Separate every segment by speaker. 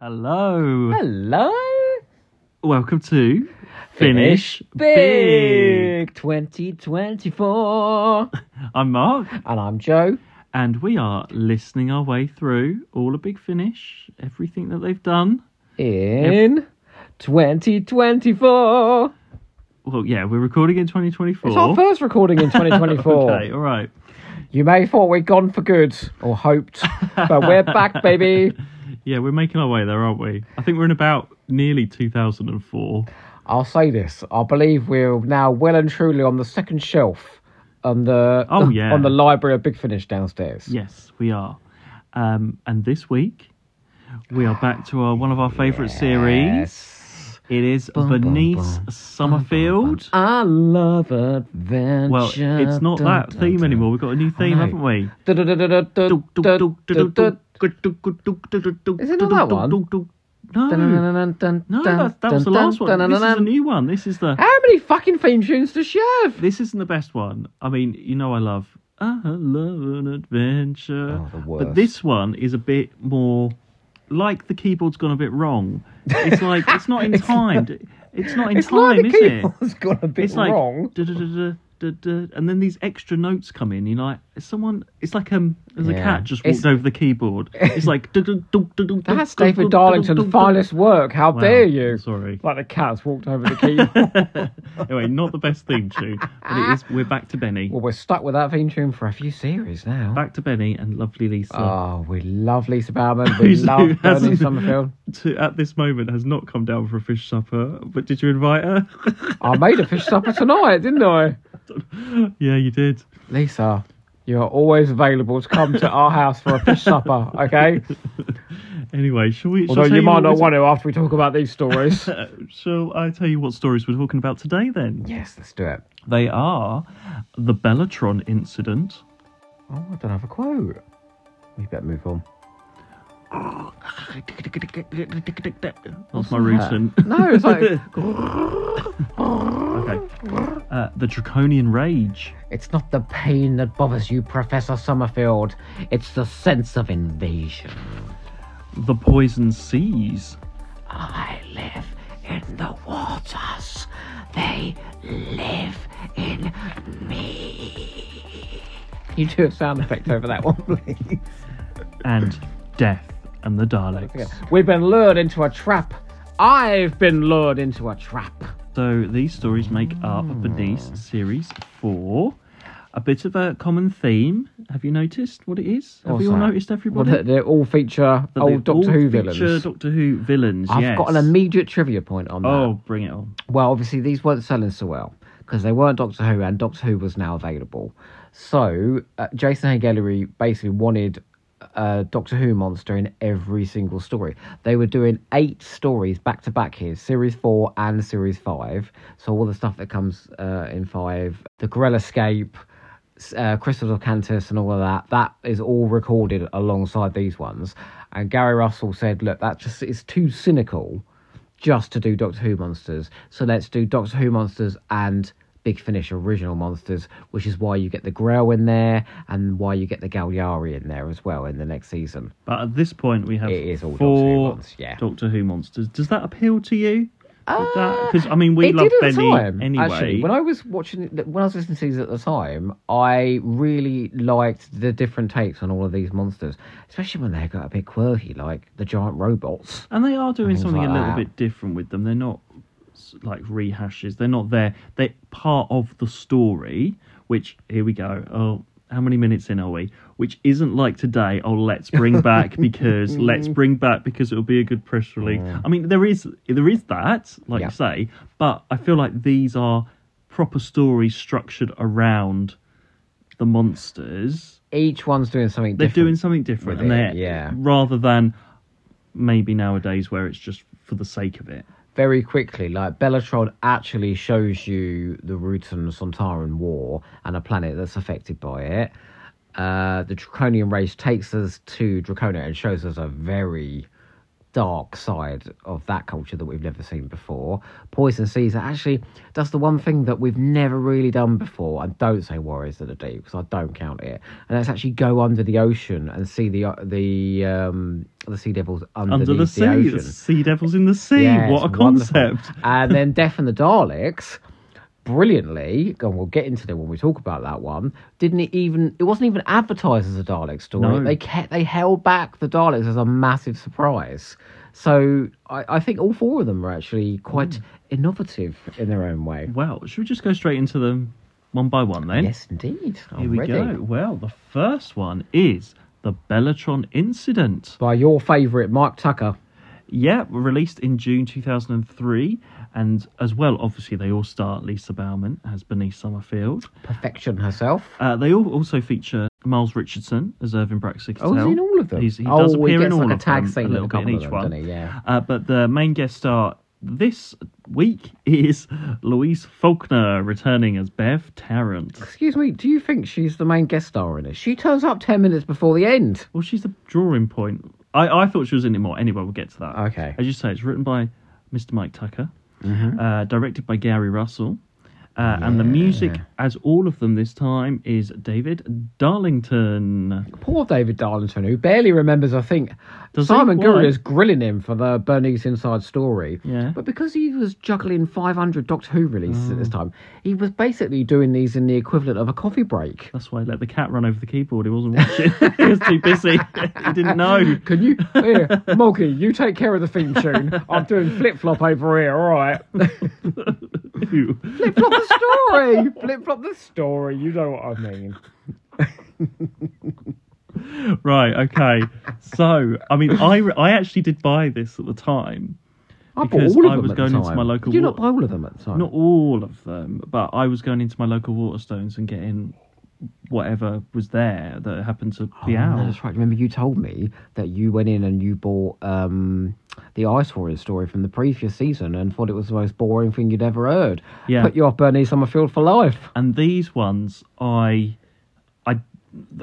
Speaker 1: Hello.
Speaker 2: Hello.
Speaker 1: Welcome to Finish,
Speaker 2: Finish Big 2024.
Speaker 1: I'm Mark,
Speaker 2: and I'm Joe.
Speaker 1: and we are listening our way through all a big finish, everything that they've done.
Speaker 2: In 2024.
Speaker 1: Well, yeah, we're recording in 2024.
Speaker 2: It's our first recording in 2024.
Speaker 1: Okay, all right.
Speaker 2: You may have thought we'd gone for good or hoped, but we're back, baby.
Speaker 1: Yeah, we're making our way there, aren't we? I think we're in about nearly 2004.
Speaker 2: I'll say this. I believe we're now well and truly on the second shelf on the
Speaker 1: Oh, yeah.
Speaker 2: on the library of Big Finish downstairs.
Speaker 1: Yes, we are. Um, and this week, we are back to our one of our favourite series.
Speaker 2: Yes.
Speaker 1: It is
Speaker 2: Bum, bum,
Speaker 1: Bernice
Speaker 2: bum.
Speaker 1: Summerfield.
Speaker 2: I love adventure.
Speaker 1: Well, it's not that theme anymore. We've got a new theme,
Speaker 2: know.
Speaker 1: haven't we?
Speaker 2: Is it not that one?
Speaker 1: No, no, that, that was the last one. This is a new one. This is the
Speaker 2: How many fucking theme tunes does she have?
Speaker 1: this isn't the best one. I mean, you know, I love I love an adventure,
Speaker 2: Oh, the
Speaker 1: but
Speaker 2: worst.
Speaker 1: this one is a bit more like the keyboard's gone a bit wrong. It's like it's not in time. It's not in
Speaker 2: It's
Speaker 1: time,
Speaker 2: like the
Speaker 1: is it?
Speaker 2: keyboard's gone a bit
Speaker 1: it's like
Speaker 2: wrong.
Speaker 1: duh, duh, duh, duh, duh, duh, and then these extra notes come in. You're like, someone. It's like um, there's
Speaker 2: Yeah.
Speaker 1: a cat just walked
Speaker 2: It's-
Speaker 1: over the keyboard. It's like duh, duh, duh, duh, duh, duh,
Speaker 2: That's
Speaker 1: duh,
Speaker 2: David
Speaker 1: duh, duh, duh,
Speaker 2: Darlington's
Speaker 1: duh, duh.
Speaker 2: finest work. How
Speaker 1: Wow,
Speaker 2: dare you?
Speaker 1: Sorry.
Speaker 2: Like the cat's walked over the keyboard.
Speaker 1: anyway, not the best theme tune, but it is. We're back to Benny.
Speaker 2: well, we're stuck with that theme tune for a few series now.
Speaker 1: Back to Benny and lovely Lisa.
Speaker 2: Oh, we love Lisa Bowman.
Speaker 1: Who
Speaker 2: We love Bernie
Speaker 1: hasn't-
Speaker 2: Summerfield.
Speaker 1: to, at this moment, has not come down for a fish supper. But did you invite her?
Speaker 2: I made a fish supper tonight, didn't I?
Speaker 1: yeah, you did.
Speaker 2: Lisa, you're always available to come to our house for a fish supper, okay?
Speaker 1: Anyway, shall we? shall I
Speaker 2: Although
Speaker 1: tell
Speaker 2: you might
Speaker 1: what
Speaker 2: not
Speaker 1: we-
Speaker 2: want to after we talk about these stories.
Speaker 1: Uh, shall I tell you what stories we're talking about today? Then.
Speaker 2: yes, let's do it.
Speaker 1: They are the Bellatron incident,
Speaker 2: Oh, I don't have a quote. We better move on.
Speaker 1: that's my routine.
Speaker 2: No, it's like
Speaker 1: okay. Uh, the Draconian Rage,
Speaker 2: it's not the pain that bothers you, Professor Summerfield. It's the sense of invasion.
Speaker 1: the Poison Seas,
Speaker 2: I live in the waters. They live in me. Can you do a sound effect over that one, please?
Speaker 1: and Death and the Daleks.
Speaker 2: We've been lured into a trap. I've been lured into a trap.
Speaker 1: So these stories make up Bernice
Speaker 2: Hmm.
Speaker 1: Series 4. A bit of a common theme. Have you noticed what it is? Have
Speaker 2: What's
Speaker 1: you all
Speaker 2: that?
Speaker 1: noticed,
Speaker 2: Well,
Speaker 1: everybody?
Speaker 2: they, they all feature
Speaker 1: That they
Speaker 2: old Doctor
Speaker 1: all
Speaker 2: Who
Speaker 1: feature
Speaker 2: villains.
Speaker 1: Doctor Who villains,
Speaker 2: I've
Speaker 1: yes.
Speaker 2: got an immediate trivia point on that.
Speaker 1: Oh, bring it on.
Speaker 2: Well, obviously these weren't selling so well because they weren't Doctor Who, and Doctor Who was now available. So uh, Jason Hagellery basically wanted a Doctor Who monster in every single story. They were doing eight stories back to back here, series four and series five. So all the stuff that comes uh, in five, the Gorilla Escape. s- Uh, Crystals of Cantus and all of that, that is all recorded alongside these ones. And Gary Russell said, Look, that just is too cynical just to do Doctor Who monsters. So let's do Doctor Who monsters and Big Finish original monsters, which is why you get the Grail in there and why you get the Galliari in there as well in the next season.
Speaker 1: But at this point, we have
Speaker 2: It is all Doctor Who
Speaker 1: four
Speaker 2: ones, yeah.
Speaker 1: Doctor Who monsters. Does that appeal to you? Because I mean, we
Speaker 2: Uh, it
Speaker 1: love
Speaker 2: did at
Speaker 1: Benny
Speaker 2: the time.
Speaker 1: anyway.
Speaker 2: Actually, when I was watching, it- when I was listening to these at the time, I really liked the different takes on all of these monsters, especially when they got a bit quirky, like the giant robots.
Speaker 1: And they are doing
Speaker 2: things
Speaker 1: something
Speaker 2: like
Speaker 1: a little
Speaker 2: that.
Speaker 1: bit different with them. They're not s- like rehashes. They're not there. They're part of the story. Which here we go. Oh, how many minutes in are we? Which isn't like today. Oh, let's bring back because let's bring back because it'll be a good press release. I mean, there is there is that, like
Speaker 2: Yeah.
Speaker 1: you say, but I feel like these are proper stories structured around the monsters
Speaker 2: Each one's doing something
Speaker 1: they're doing
Speaker 2: different.
Speaker 1: something different
Speaker 2: with
Speaker 1: and
Speaker 2: it,
Speaker 1: they're
Speaker 2: yeah.
Speaker 1: rather than maybe nowadays where it's just for the sake of it
Speaker 2: very quickly. Like Bellatron actually shows you the Rutan Sontaran war and a planet that's affected by it. Uh, the Draconian race takes us to Draconia and shows us a very dark side of that culture that we've never seen before. Poison Caesar actually does the one thing that we've never really done before, and don't say Warriors of the Deep because I don't count it. And that's actually go under the ocean and see the uh, the um, the sea devils underneath
Speaker 1: Under the sea,
Speaker 2: ocean.
Speaker 1: sea devils in the sea.
Speaker 2: Yeah,
Speaker 1: what a
Speaker 2: it's wonderful.
Speaker 1: concept!
Speaker 2: and then Death and the Daleks, brilliantly, and we'll get into them when we talk about that one. Didn't it even? It wasn't even advertised as a Dalek story.
Speaker 1: No.
Speaker 2: They kept they held back the Daleks as a massive surprise. So I, I think all four of them are actually quite
Speaker 1: Hmm.
Speaker 2: innovative in their own way.
Speaker 1: Well, should we just go straight into them one by one then?
Speaker 2: Yes, indeed. I'm
Speaker 1: Here we
Speaker 2: ready.
Speaker 1: go. Well, the first one is the Bellatron incident.
Speaker 2: By your favourite, Mark Tucker.
Speaker 1: Yeah, released in June 2003. And as well, obviously, they all star Lisa Bowman as Bernice Summerfield.
Speaker 2: Perfection herself.
Speaker 1: Uh, they all also feature Miles Richardson as Irving Braxic.
Speaker 2: Oh, is he in all of them?
Speaker 1: He's, he
Speaker 2: oh,
Speaker 1: does appear
Speaker 2: he gets
Speaker 1: in all
Speaker 2: like
Speaker 1: of
Speaker 2: a tag
Speaker 1: them,
Speaker 2: scene
Speaker 1: a little
Speaker 2: in
Speaker 1: bit
Speaker 2: a
Speaker 1: in
Speaker 2: couple
Speaker 1: each
Speaker 2: of them,
Speaker 1: one.
Speaker 2: doesn't he? Yeah.
Speaker 1: Uh, but the main guest star this week is Louise Faulkner, returning as Bev Tarrant.
Speaker 2: Excuse me, do you think she's the main guest star in this? She turns up 10 minutes before the end.
Speaker 1: Well, she's the drawing point. I, I thought she was in it more. Anyway, we'll get to that.
Speaker 2: Okay. Mm-hmm.
Speaker 1: As you say, it's written by Mr. Mike Tucker, uh, directed by Gary Russell. Uh, And the music, as all of them this time, is David Darlington.
Speaker 2: Poor David Darlington, who barely remembers, I think,
Speaker 1: Does he?
Speaker 2: Simon
Speaker 1: Why?
Speaker 2: Gurley's grilling him for the Bernice Inside story.
Speaker 1: Yeah.
Speaker 2: But because he was juggling 500 Doctor Who releases
Speaker 1: Mm.
Speaker 2: at this time, he was basically doing these in the equivalent of a coffee break.
Speaker 1: That's why he let the cat run over the keyboard. He wasn't watching. he was too busy. he didn't know.
Speaker 2: Can you, here, Moggy, you take care of the theme tune. I'm doing flip flop over here, all right?
Speaker 1: Ew.
Speaker 2: flip flop the story! Flip flop the story, you know what I mean.
Speaker 1: Right. Okay. So, I mean, I re- I actually did buy this at the time
Speaker 2: I
Speaker 1: because
Speaker 2: bought all of
Speaker 1: I
Speaker 2: them
Speaker 1: was
Speaker 2: at
Speaker 1: going
Speaker 2: the
Speaker 1: into
Speaker 2: time.
Speaker 1: my local.
Speaker 2: Did you not
Speaker 1: wa-
Speaker 2: buy all of them at the time?
Speaker 1: Not all of them, but I was going into my local Waterstones and getting whatever was there that happened to be
Speaker 2: Oh, no,
Speaker 1: out.
Speaker 2: That's right. Remember, you told me that you went in and you bought um, the Ice Warriors story from the previous season and thought it was the most boring thing you'd ever heard.
Speaker 1: Yeah.
Speaker 2: Put you off Bernice Summerfield for life.
Speaker 1: And these ones, I, I,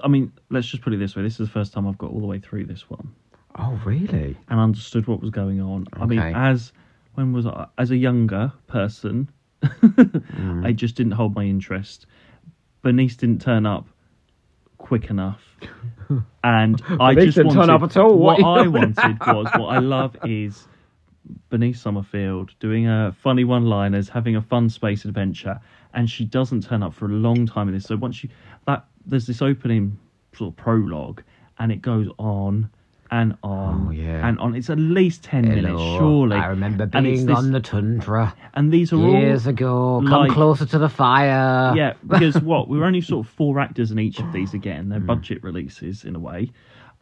Speaker 1: I mean, let's just put it this way: this is the first time I've got all the way through this one
Speaker 2: Oh, really?
Speaker 1: and understood what was going on. I mean,
Speaker 2: Okay.
Speaker 1: as when was I, as a younger person,
Speaker 2: Mm.
Speaker 1: I just didn't hold my interest. Bernice didn't turn up quick enough. And I
Speaker 2: Bernice
Speaker 1: just
Speaker 2: didn't
Speaker 1: wanted
Speaker 2: turn up at all.
Speaker 1: what
Speaker 2: What are
Speaker 1: I
Speaker 2: you-
Speaker 1: wanted was what I love is Bernice Summerfield doing a funny one-liners, having a fun space adventure, and she doesn't turn up for a long time in this. So once you that there's this opening sort of prologue, and it goes on and on
Speaker 2: Oh, yeah.
Speaker 1: and on. It's at least ten minutes,
Speaker 2: Hello,
Speaker 1: surely.
Speaker 2: I remember
Speaker 1: And it's
Speaker 2: being
Speaker 1: this-
Speaker 2: on the tundra
Speaker 1: and these are
Speaker 2: years
Speaker 1: all
Speaker 2: ago. Come
Speaker 1: like-
Speaker 2: closer to the fire.
Speaker 1: yeah, because what we were only sort of four actors in each of these again.
Speaker 2: Hmm.
Speaker 1: They're budget releases in a way.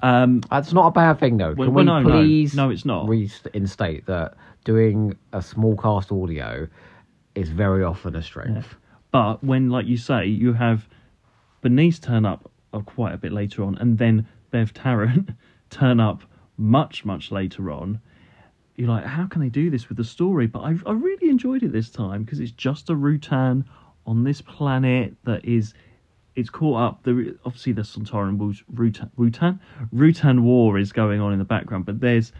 Speaker 1: Um,
Speaker 2: That's not a bad thing, though.
Speaker 1: Well,
Speaker 2: Can
Speaker 1: well, no,
Speaker 2: we
Speaker 1: no.
Speaker 2: please
Speaker 1: No, it's not.
Speaker 2: reinstate that doing a small cast audio is very often a strength.
Speaker 1: but when, like you say, you have Bernice turn up uh, quite a bit later on, and then Bev Tarrant turn up much much later on. You're like, how can they do this with the story? But I, I really enjoyed it this time because it's just a Rutan on this planet that is it's caught up. The obviously the Santoran Wus- Rutan Rutan Rutan war is going on in the background, but there's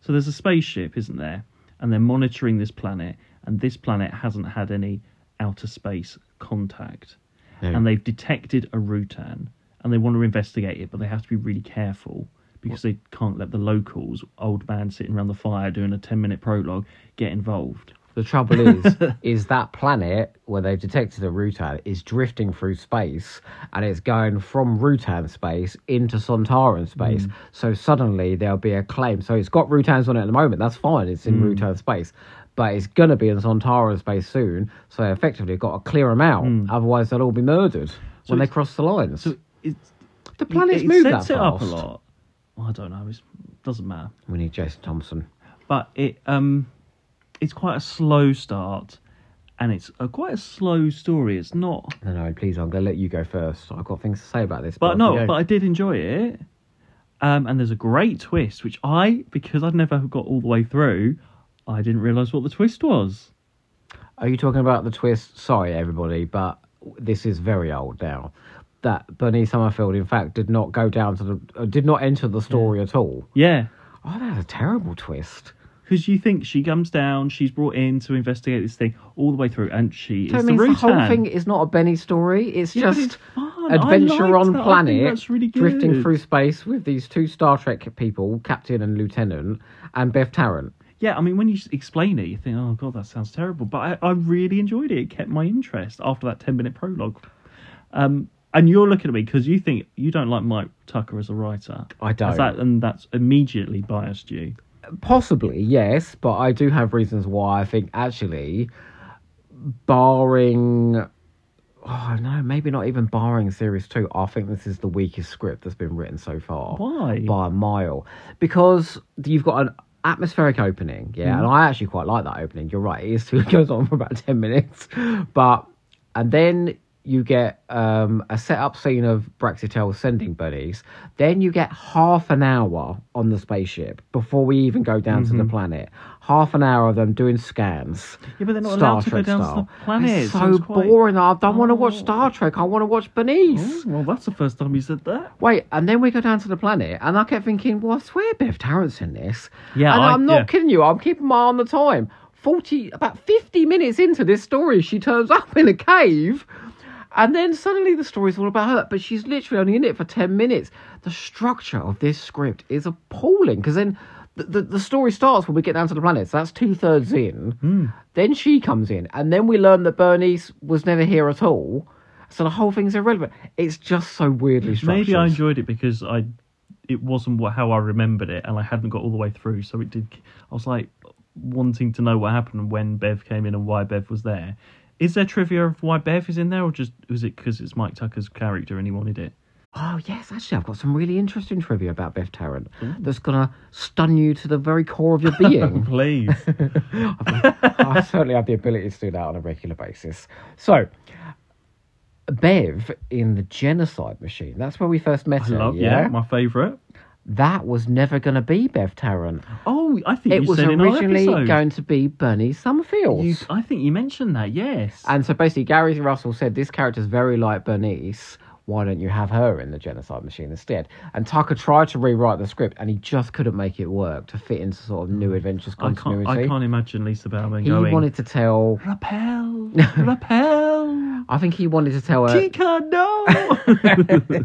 Speaker 1: so there's a spaceship, isn't there? And they're monitoring this planet, and this planet hasn't had any outer space contact,
Speaker 2: No.
Speaker 1: and they've detected a Rutan, and they want to investigate it, but they have to be really careful. Because they can't let the locals, old man sitting around the fire doing a 10 minute prologue, get involved.
Speaker 2: The trouble is, is that planet where they've detected a Rutan is drifting through space, and it's going from Rutan space into Sontaran space.
Speaker 1: Mm.
Speaker 2: So suddenly there'll be a claim. So it's got Rutans on it at the moment. That's fine. It's
Speaker 1: Mm.
Speaker 2: in Rutan space, but it's gonna be in Sontaran space soon. So effectively, got to clear them out. Otherwise, they'll all be murdered when
Speaker 1: Mm.
Speaker 2: they
Speaker 1: it's-
Speaker 2: cross the lines.
Speaker 1: So it's,
Speaker 2: the planet's
Speaker 1: it
Speaker 2: moved that
Speaker 1: sets
Speaker 2: fast.
Speaker 1: it up a lot. Well, I don't know. It doesn't matter.
Speaker 2: We need Jason Thompson.
Speaker 1: But it um, it's quite a slow start, and it's a, quite a slow story. It's not.
Speaker 2: No, no, please. I'm gonna let you go first. I've got things to say about this.
Speaker 1: But
Speaker 2: off
Speaker 1: no,
Speaker 2: you go.
Speaker 1: but I did enjoy it. Um, and there's a great twist, which I, because I'd never got all the way through, I didn't realise what the twist was.
Speaker 2: Are you talking about the twist? Sorry, everybody, but this is very old now. That Bernie Summerfield, in fact, did not go down to the, uh, did not enter the story at all.
Speaker 1: Yeah.
Speaker 2: Oh, that was a terrible twist.
Speaker 1: Because you think she comes down, she's brought in to investigate this thing all the way through, and she
Speaker 2: So
Speaker 1: is
Speaker 2: it
Speaker 1: the
Speaker 2: means the,
Speaker 1: root
Speaker 2: whole
Speaker 1: hand.
Speaker 2: thing is not a Benny story. It's
Speaker 1: Yeah, but
Speaker 2: just
Speaker 1: it's fun. I
Speaker 2: adventure
Speaker 1: liked
Speaker 2: on
Speaker 1: that. I think
Speaker 2: planet,
Speaker 1: that's really
Speaker 2: drifting
Speaker 1: good.
Speaker 2: through space with these two Star Trek people, Captain and Lieutenant, and Bev Tarrant.
Speaker 1: Yeah, I mean, when you s- explain it, you think, oh, God, that sounds terrible. But I, I really enjoyed it. It kept my interest after that 10 minute prologue. Um, and you're looking at me because you think you don't like Mike Tucker as a writer.
Speaker 2: I don't.
Speaker 1: Is that, and that's immediately biased you.
Speaker 2: Possibly, yes, but I do have reasons why I think actually, barring. Oh no, maybe not even barring series two. I think this is the weakest script that's been written so far.
Speaker 1: Why?
Speaker 2: By a mile. Because you've got an atmospheric opening, yeah, and I actually quite like that opening. You're right, it, is, it goes on for about 10 minutes. But, and then you get um, a set up scene of Braxitel sending buddies. Then you get half an hour on the spaceship before we even go down to the planet. Half an hour of them doing scans.
Speaker 1: Yeah, but they're not
Speaker 2: Star
Speaker 1: allowed to go
Speaker 2: Trek
Speaker 1: down
Speaker 2: style.
Speaker 1: to the planet.
Speaker 2: It's
Speaker 1: so
Speaker 2: so
Speaker 1: it's quite-
Speaker 2: boring. I don't want to watch
Speaker 1: Oh.
Speaker 2: Star Trek. I want to watch Bernice.
Speaker 1: Oh, well, that's the first time you said that.
Speaker 2: Wait, and then we go down to the planet, and I kept thinking, well, I swear Bev Tarrant's in this.
Speaker 1: Yeah,
Speaker 2: and
Speaker 1: I-
Speaker 2: am not
Speaker 1: yeah.
Speaker 2: kidding you. I'm keeping my eye on the time. Forty, about fifty minutes into this story, she turns up in a cave, and then suddenly the story's all about her. But she's literally only in it for ten minutes. The structure of this script is appalling because then. The, the, the story starts when we get down to the planet, so that's two thirds in.
Speaker 1: Hmm.
Speaker 2: Then she comes in, and then we learn that Bernice was never here at all, so the whole thing's irrelevant. It's just so weirdly structured.
Speaker 1: Maybe I enjoyed it because I, it wasn't wha- how I remembered it, and I hadn't got all the way through. So it did. I was like wanting to know what happened when Bev came in and why Bev was there. Is there trivia of why Bev is in there, or just was it because it's Mike Tucker's character and he wanted it?
Speaker 2: Oh yes, actually, I've got some really interesting trivia about Bev Tarrant that's gonna stun you to the very core of your being.
Speaker 1: Please.
Speaker 2: I certainly have the ability to do that on a regular basis. So, Bev in the Genocide Machine. That's where we first met
Speaker 1: I
Speaker 2: her.
Speaker 1: love,
Speaker 2: yeah,
Speaker 1: yeah, my favourite.
Speaker 2: that was never gonna be Bev Tarrant.
Speaker 1: Oh, I think
Speaker 2: it
Speaker 1: you
Speaker 2: was
Speaker 1: said in our
Speaker 2: originally
Speaker 1: episode.
Speaker 2: going to be Bernie Summerfield.
Speaker 1: You- I think you mentioned that. Yes.
Speaker 2: And so basically, Gary Russell said this character's very like Bernice. Why don't you have her in the genocide machine instead? And Tucker tried to rewrite the script, and he just couldn't make it work to fit into sort of new adventures
Speaker 1: Mm. I can't.
Speaker 2: continuity.
Speaker 1: I can't imagine Lisa Bowman
Speaker 2: he
Speaker 1: going.
Speaker 2: wanted to tell.
Speaker 1: Rappel, rappel.
Speaker 2: I think he wanted to tell. Uh,
Speaker 1: Tika, no.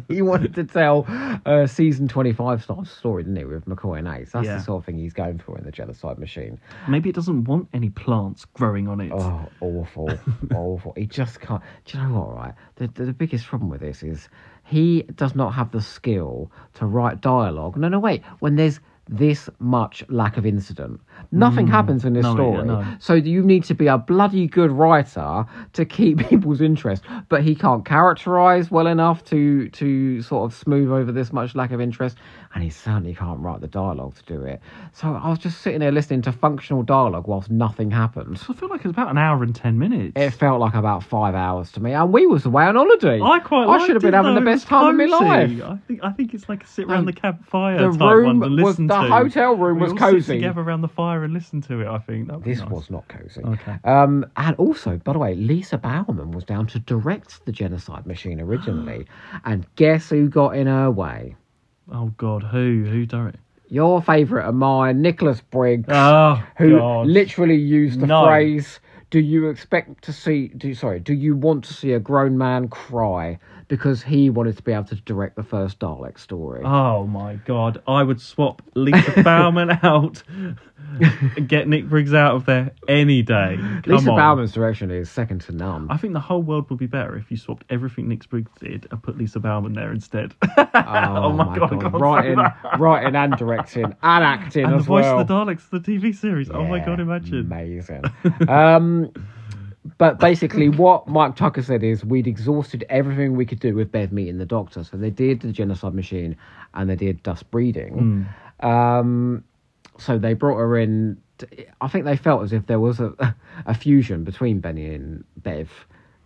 Speaker 2: he wanted to tell uh, season twenty-five style story, didn't he, with McCoy and Ace? That's
Speaker 1: Yeah.
Speaker 2: the sort of thing he's going for in the genocide machine.
Speaker 1: Maybe it doesn't want any plants growing on it.
Speaker 2: Oh, awful, awful. He just can't. Do you know what? Right, the, the the biggest problem with this is he does not have the skill to write dialogue. No, no, wait. When there's this much lack of incident, nothing happens in this
Speaker 1: Mm. no, yeah,
Speaker 2: story.
Speaker 1: no.
Speaker 2: So you need to be a bloody good writer to keep people's interest. But he can't characterize well enough to to sort of smooth over this much lack of interest, and he certainly can't write the dialogue to do it. So I was just sitting there listening to functional dialogue whilst nothing happened.
Speaker 1: I feel like it's about an hour and ten minutes.
Speaker 2: It felt like about five hours to me, and we was away on holiday.
Speaker 1: I quite.
Speaker 2: I should have
Speaker 1: liked
Speaker 2: been
Speaker 1: it,
Speaker 2: having the
Speaker 1: though.
Speaker 2: best
Speaker 1: It was
Speaker 2: time of my
Speaker 1: cozy.
Speaker 2: life.
Speaker 1: I think. I think it's like a sit round
Speaker 2: Like,
Speaker 1: the campfire
Speaker 2: the
Speaker 1: type
Speaker 2: room
Speaker 1: one to
Speaker 2: was-
Speaker 1: listen
Speaker 2: the
Speaker 1: to.
Speaker 2: hotel room
Speaker 1: we
Speaker 2: was
Speaker 1: all
Speaker 2: cozy.
Speaker 1: Sit together around the fire and listen to it. I think That'd be
Speaker 2: This
Speaker 1: nice.
Speaker 2: was not cozy.
Speaker 1: Okay.
Speaker 2: Um, and also, by the way, Lisa Bowman was down to direct the genocide machine originally, and guess who got in her way?
Speaker 1: Oh God, who who directed?
Speaker 2: Your favourite and mine, Nicholas Briggs,
Speaker 1: Oh
Speaker 2: who
Speaker 1: God.
Speaker 2: literally used the
Speaker 1: No.
Speaker 2: phrase. Do you expect to see? Do sorry? Do you want to see a grown man cry? Because he wanted to be able to direct the first Dalek story.
Speaker 1: Oh my god, I would swap Lisa Bowman out and get Nick Briggs out of there any day. Come
Speaker 2: Lisa
Speaker 1: on.
Speaker 2: Bowman's direction is second to none.
Speaker 1: I think the whole world would be better if you swapped everything Nick Briggs did and put Lisa Bowman there instead.
Speaker 2: Oh,
Speaker 1: my God, I can't say
Speaker 2: Writing, writing and directing and acting
Speaker 1: and the
Speaker 2: as
Speaker 1: voice
Speaker 2: well.
Speaker 1: of the Daleks, the TV series. oh my
Speaker 2: Yeah,
Speaker 1: god, imagine.
Speaker 2: Amazing. um, but basically, what Mike Tucker said is we'd exhausted everything we could do with Bev meeting the Doctor. So they did the genocide machine, and they did dust breeding.
Speaker 1: Hmm.
Speaker 2: Um, so they brought her in. t- I think they felt as if there was a, a fusion between Benny and Bev.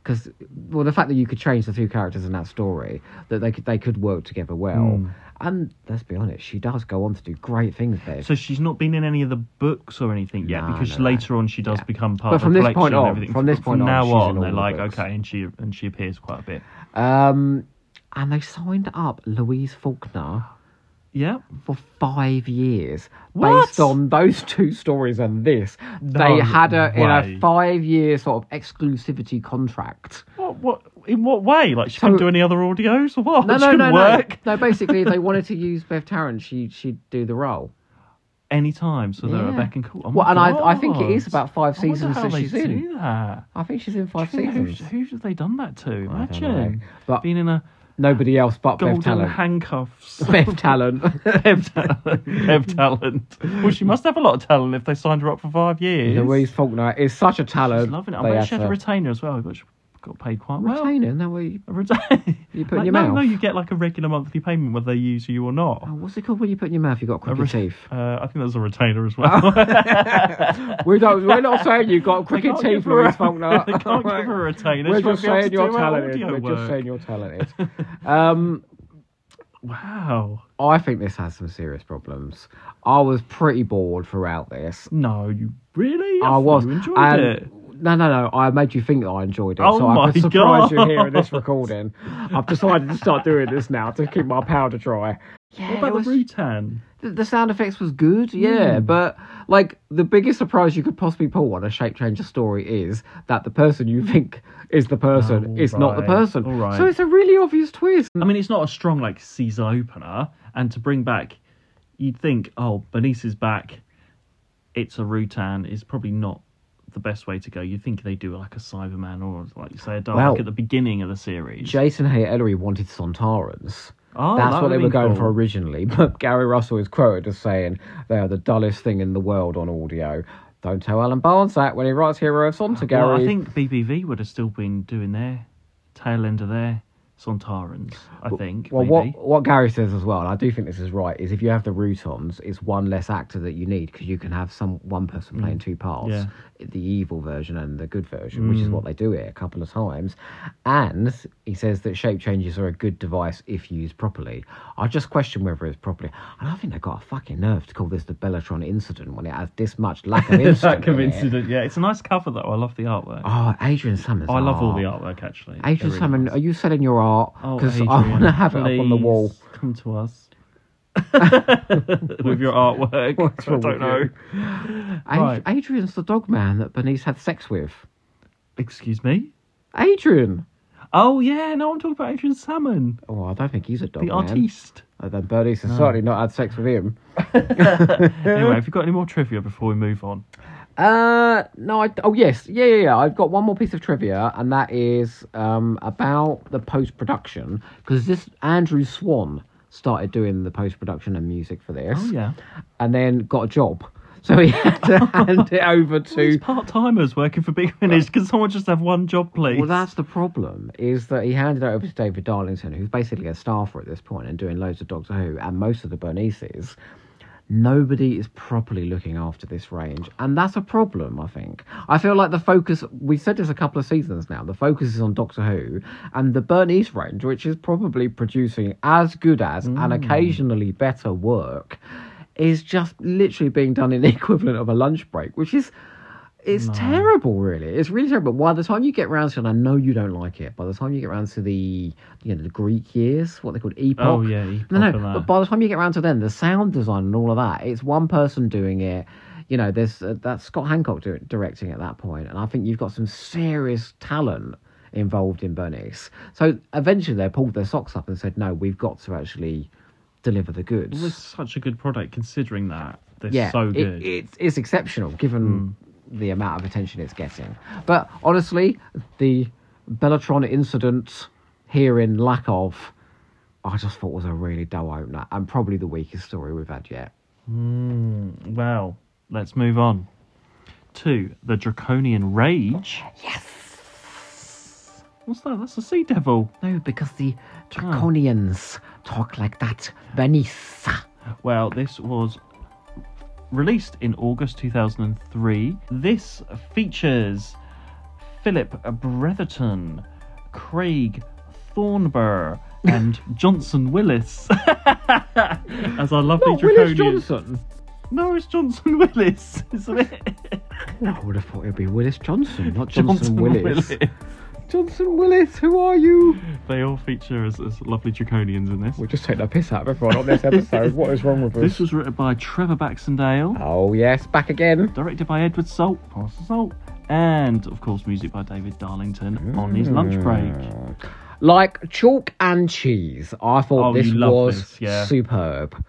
Speaker 2: Because well, the fact that you could change the two characters in that story, that they could they could work together well,
Speaker 1: Hmm.
Speaker 2: and let's be honest, she does go on to do great things. Bev,
Speaker 1: So she's not been in any of the books or anything yet,
Speaker 2: No,
Speaker 1: because
Speaker 2: no, no.
Speaker 1: later on she does become part
Speaker 2: But
Speaker 1: of
Speaker 2: from
Speaker 1: the
Speaker 2: this
Speaker 1: collection
Speaker 2: point
Speaker 1: and
Speaker 2: on-
Speaker 1: everything.
Speaker 2: from this point on,
Speaker 1: now
Speaker 2: she's in
Speaker 1: on,
Speaker 2: all
Speaker 1: they're
Speaker 2: the
Speaker 1: like,
Speaker 2: books.
Speaker 1: okay, and she and she appears quite a bit.
Speaker 2: Um, and they signed up Louise Faulkner
Speaker 1: Yeah.
Speaker 2: for five years
Speaker 1: What?
Speaker 2: based on those two stories and this. They
Speaker 1: No
Speaker 2: had a in
Speaker 1: way.
Speaker 2: a five year sort of exclusivity contract.
Speaker 1: What? What? In what way? Like she couldn't do any other audios or what?
Speaker 2: No,
Speaker 1: It
Speaker 2: no, no,
Speaker 1: shouldn't work.
Speaker 2: no. No, basically, if they wanted to use Bev Tarrant, she she'd do the role.
Speaker 1: Any time, so they're
Speaker 2: Yeah.
Speaker 1: back and cool. Oh my
Speaker 2: Well, and I, I think it is
Speaker 1: God.
Speaker 2: about five
Speaker 1: I wonder
Speaker 2: seasons
Speaker 1: how
Speaker 2: that
Speaker 1: they
Speaker 2: she's
Speaker 1: do
Speaker 2: in.
Speaker 1: That.
Speaker 2: I think she's in five
Speaker 1: Who,
Speaker 2: seasons.
Speaker 1: who have they done that to?
Speaker 2: I don't know.
Speaker 1: Imagine
Speaker 2: But
Speaker 1: being in a
Speaker 2: nobody else but
Speaker 1: golden
Speaker 2: Bev Talent.
Speaker 1: handcuffs.
Speaker 2: Bev Talent.
Speaker 1: Bev talent. Bev talent. Well, she must have a lot of talent if they signed her up for five years.
Speaker 2: Louise Faulkner is such a talent.
Speaker 1: She's loving it. I
Speaker 2: They
Speaker 1: bet
Speaker 2: had
Speaker 1: she had a
Speaker 2: to-
Speaker 1: retainer as well, but she got paid quite well.
Speaker 2: retainer. No, we-
Speaker 1: A retain-
Speaker 2: You put in
Speaker 1: like, no,
Speaker 2: your mouth.
Speaker 1: No, you get like a regular monthly payment whether they use you or not.
Speaker 2: oh, what's it called when you put in your mouth? You got a
Speaker 1: A
Speaker 2: crooked
Speaker 1: re-
Speaker 2: teeth.
Speaker 1: Uh, I think that's a retainer as
Speaker 2: Oh,
Speaker 1: well.
Speaker 2: We don't, we're not saying you've got
Speaker 1: They
Speaker 2: crooked
Speaker 1: can't
Speaker 2: teeth,
Speaker 1: give her a-
Speaker 2: Louise Faulkner.
Speaker 1: they can't give her a retainer.
Speaker 2: We're
Speaker 1: She won't
Speaker 2: just
Speaker 1: be able to
Speaker 2: saying you're
Speaker 1: do her
Speaker 2: talented.
Speaker 1: audio
Speaker 2: We're
Speaker 1: work.
Speaker 2: just saying you're talented. um,
Speaker 1: Wow.
Speaker 2: I think this has some serious problems. I was pretty bored throughout this.
Speaker 1: No, you really?
Speaker 2: I
Speaker 1: thought
Speaker 2: was.
Speaker 1: You enjoyed
Speaker 2: and-
Speaker 1: it.
Speaker 2: No, no, no. I made you think that I enjoyed it,
Speaker 1: Oh
Speaker 2: so
Speaker 1: my
Speaker 2: I could surprise you
Speaker 1: God.
Speaker 2: here in this recording. I've decided to start doing this now to keep my powder dry. Yeah,
Speaker 1: What about the Rutan?
Speaker 2: the, the sound effects was good, yeah,
Speaker 1: Hmm.
Speaker 2: but like the biggest surprise you could possibly pull on a shape changer story is that the person you think is the person
Speaker 1: Oh,
Speaker 2: is not the
Speaker 1: right.
Speaker 2: person.
Speaker 1: All right.
Speaker 2: So it's a really obvious twist.
Speaker 1: I mean, it's not a strong like season opener, and to bring back, you'd think, oh, Bernice is back. It's a Rutan is probably not the best way to go. You'd think they do like a Cyberman or like you say a Dalek
Speaker 2: Well-
Speaker 1: at the beginning of the series.
Speaker 2: Jason Hay Ellery wanted Sontarans.
Speaker 1: Oh,
Speaker 2: That's
Speaker 1: that
Speaker 2: what they
Speaker 1: would've been
Speaker 2: were going
Speaker 1: cool.
Speaker 2: for originally, but Gary Russell is quoted as saying they are the dullest thing in the world on audio. Don't tell Alan Barnes that when he writes Hero of Song to Gary.
Speaker 1: Well, I think BBV would have still been doing their tail end of their Sontarans. I think.
Speaker 2: Well,
Speaker 1: maybe.
Speaker 2: what what Gary says as well, and I do think this is right, is if you have the routons, it's one less actor that you need because you can have some one person playing two parts,
Speaker 1: Mm. Yeah. Mm.
Speaker 2: the evil version and the good version, which is what they do here a couple of times. And he says that shape changes are a good device if used properly. I just question whether it's properly, and I think they got a fucking nerve to call this the Bellatron incident when it has this much lack of incident.
Speaker 1: That
Speaker 2: in it.
Speaker 1: coincident, yeah. It's a nice cover though. I love the artwork.
Speaker 2: Oh, Adrian Summers.
Speaker 1: I love all
Speaker 2: art.
Speaker 1: the artwork actually.
Speaker 2: Adrian
Speaker 1: They're really
Speaker 2: Summers,
Speaker 1: nice.
Speaker 2: are you selling your art?
Speaker 1: Oh,
Speaker 2: Because I
Speaker 1: Adrian,
Speaker 2: want to have it up on the wall.
Speaker 1: please Come to us with your artwork.
Speaker 2: What's
Speaker 1: I
Speaker 2: wrong
Speaker 1: don't
Speaker 2: with
Speaker 1: know.
Speaker 2: you? Ad-
Speaker 1: Right.
Speaker 2: Adrian's the dog man that Bernice had sex with.
Speaker 1: Excuse me.
Speaker 2: Adrian.
Speaker 1: Oh yeah, no, I'm talking about Adrian Salmon,
Speaker 2: Oh, I don't think he's a dog
Speaker 1: the
Speaker 2: man.
Speaker 1: artiste.
Speaker 2: Uh, then Bernice has certainly not had sex with him.
Speaker 1: anyway, have you got any more trivia before we move on?
Speaker 2: Uh, no. I, oh, yes. Yeah, yeah, yeah. I've got one more piece of trivia, and that is um about the post production because this Andrew Swan started doing the post production and music for this.
Speaker 1: Oh yeah,
Speaker 2: And then got a job, so he had to hand it over
Speaker 1: these
Speaker 2: to.
Speaker 1: part timers working for Big Finish. Can someone just have one job, please?
Speaker 2: Well, that's the problem, is that he handed it over to David Darlington, who's basically a staffer at this point and doing loads of Doctor Who and most of the Bernices. Nobody is properly looking after this range, and that's a problem, I think. I feel like the focus, we've said this a couple of seasons now, the focus is on Doctor Who and the Bernice range, which is probably producing as good as and occasionally better work, is just literally being done in the equivalent of a lunch break, which is it's terrible, really. It's really terrible. By the time you get round to, and I know you don't like it, by the time you get round to the, you know, the Greek years, what they called epoch.
Speaker 1: Oh, yeah, epoch
Speaker 2: no,
Speaker 1: and
Speaker 2: no.
Speaker 1: that.
Speaker 2: But by the time you get round to then, the sound design and all of that, it's one person doing it. You know, there's uh, that's Scott Hancock do- directing at that point, and I think you've got some serious talent involved in Bernice. So eventually, they pulled their socks up and said, "No, we've got to actually deliver the goods."
Speaker 1: Well, it's such a good product considering that they're
Speaker 2: yeah,
Speaker 1: so
Speaker 2: it-
Speaker 1: good. Hmm.
Speaker 2: it's, it's exceptional given the amount of attention it's getting. But honestly, the Bellatron incident here in lack of, I just thought was a really dull opener and probably the weakest story we've had yet.
Speaker 1: Well, let's move on to the Draconian Rage. Yes. What's that? That's a sea devil.
Speaker 2: No, because the
Speaker 1: Ah.
Speaker 2: Draconians talk like that. Venice.
Speaker 1: Well, this was released in August 2003. This features Philip Bretherton, Craig Thornber, and Johnson Willis. As I love the Draconian.
Speaker 2: Oh, Johnson.
Speaker 1: No, it's Johnson Willis, isn't it?
Speaker 2: No, I would have thought it would be Willis Johnson, not Johnson, Willis. Johnson Willis, who are you?
Speaker 1: They all feature as, as lovely draconians in this.
Speaker 2: We're just taking a piss out of everyone on this episode. what is wrong with us?
Speaker 1: This was written by Trevor Baxendale,
Speaker 2: Oh yes, back again.
Speaker 1: directed by Edward Salt, Pastor Salt, and of course music by David Darlington on his lunch break.
Speaker 2: Like chalk and cheese. I thought
Speaker 1: Oh,
Speaker 2: this
Speaker 1: you love
Speaker 2: was
Speaker 1: this, yeah.
Speaker 2: superb.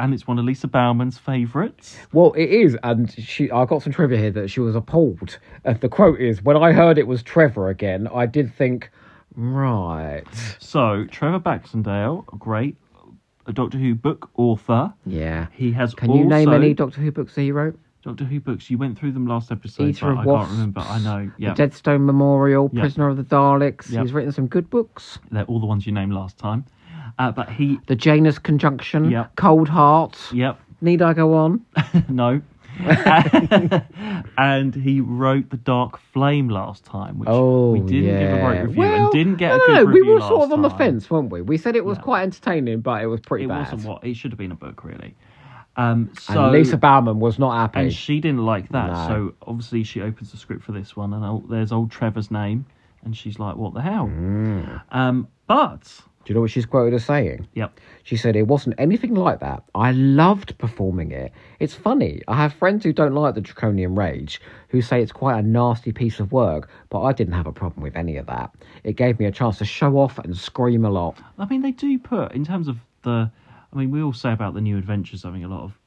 Speaker 1: And it's one of Lisa Bauman's favourites.
Speaker 2: Well, it is, and she. I got some trivia here that she was appalled. Uh, the quote is, "When I heard it was Trevor again, I did think, right,
Speaker 1: So, Trevor Baxendale, a great a Doctor Who book author.
Speaker 2: yeah."
Speaker 1: He has
Speaker 2: Can you name
Speaker 1: also-
Speaker 2: any Doctor Who books that you wrote?
Speaker 1: Doctor Who books. You went through them last episode,
Speaker 2: Eater
Speaker 1: but
Speaker 2: of
Speaker 1: I
Speaker 2: Wasps,
Speaker 1: can't remember. I know. Yeah,
Speaker 2: The Deadstone Memorial,
Speaker 1: Yeah.
Speaker 2: Prisoner of the Daleks.
Speaker 1: Yeah.
Speaker 2: He's written some good books.
Speaker 1: they're all the ones you named last time. Uh, but he,
Speaker 2: The Janus Conjunction,
Speaker 1: Yeah.
Speaker 2: Cold Heart.
Speaker 1: yep,
Speaker 2: Need I go on?
Speaker 1: no. and he wrote the Dark Flame last time, which
Speaker 2: Oh,
Speaker 1: we didn't
Speaker 2: yeah.
Speaker 1: give a great review
Speaker 2: well,
Speaker 1: and didn't get
Speaker 2: no,
Speaker 1: a good
Speaker 2: no,
Speaker 1: review.
Speaker 2: We were
Speaker 1: last
Speaker 2: sort of on the
Speaker 1: time.
Speaker 2: fence, weren't we? We said it was
Speaker 1: Yeah.
Speaker 2: quite entertaining, but it was pretty
Speaker 1: It
Speaker 2: bad.
Speaker 1: wasn't what it should have been a book, really. Um, so
Speaker 2: and Lisa Bauman was not happy.
Speaker 1: and she didn't like that.
Speaker 2: No.
Speaker 1: So obviously she opens the script for this one, and old, there's old Trevor's name, and she's like, "What the hell?"
Speaker 2: Mm.
Speaker 1: Um, but
Speaker 2: Do you know what she's quoted as saying?
Speaker 1: yep,
Speaker 2: She said it wasn't anything like that. I loved performing it. It's funny. I have friends who don't like the Draconian Rage who say it's quite a nasty piece of work, but I didn't have a problem with any of that. It gave me a chance to show off and scream a lot.
Speaker 1: I mean, they do put in terms of the. I mean, we all say about the new adventures having a lot of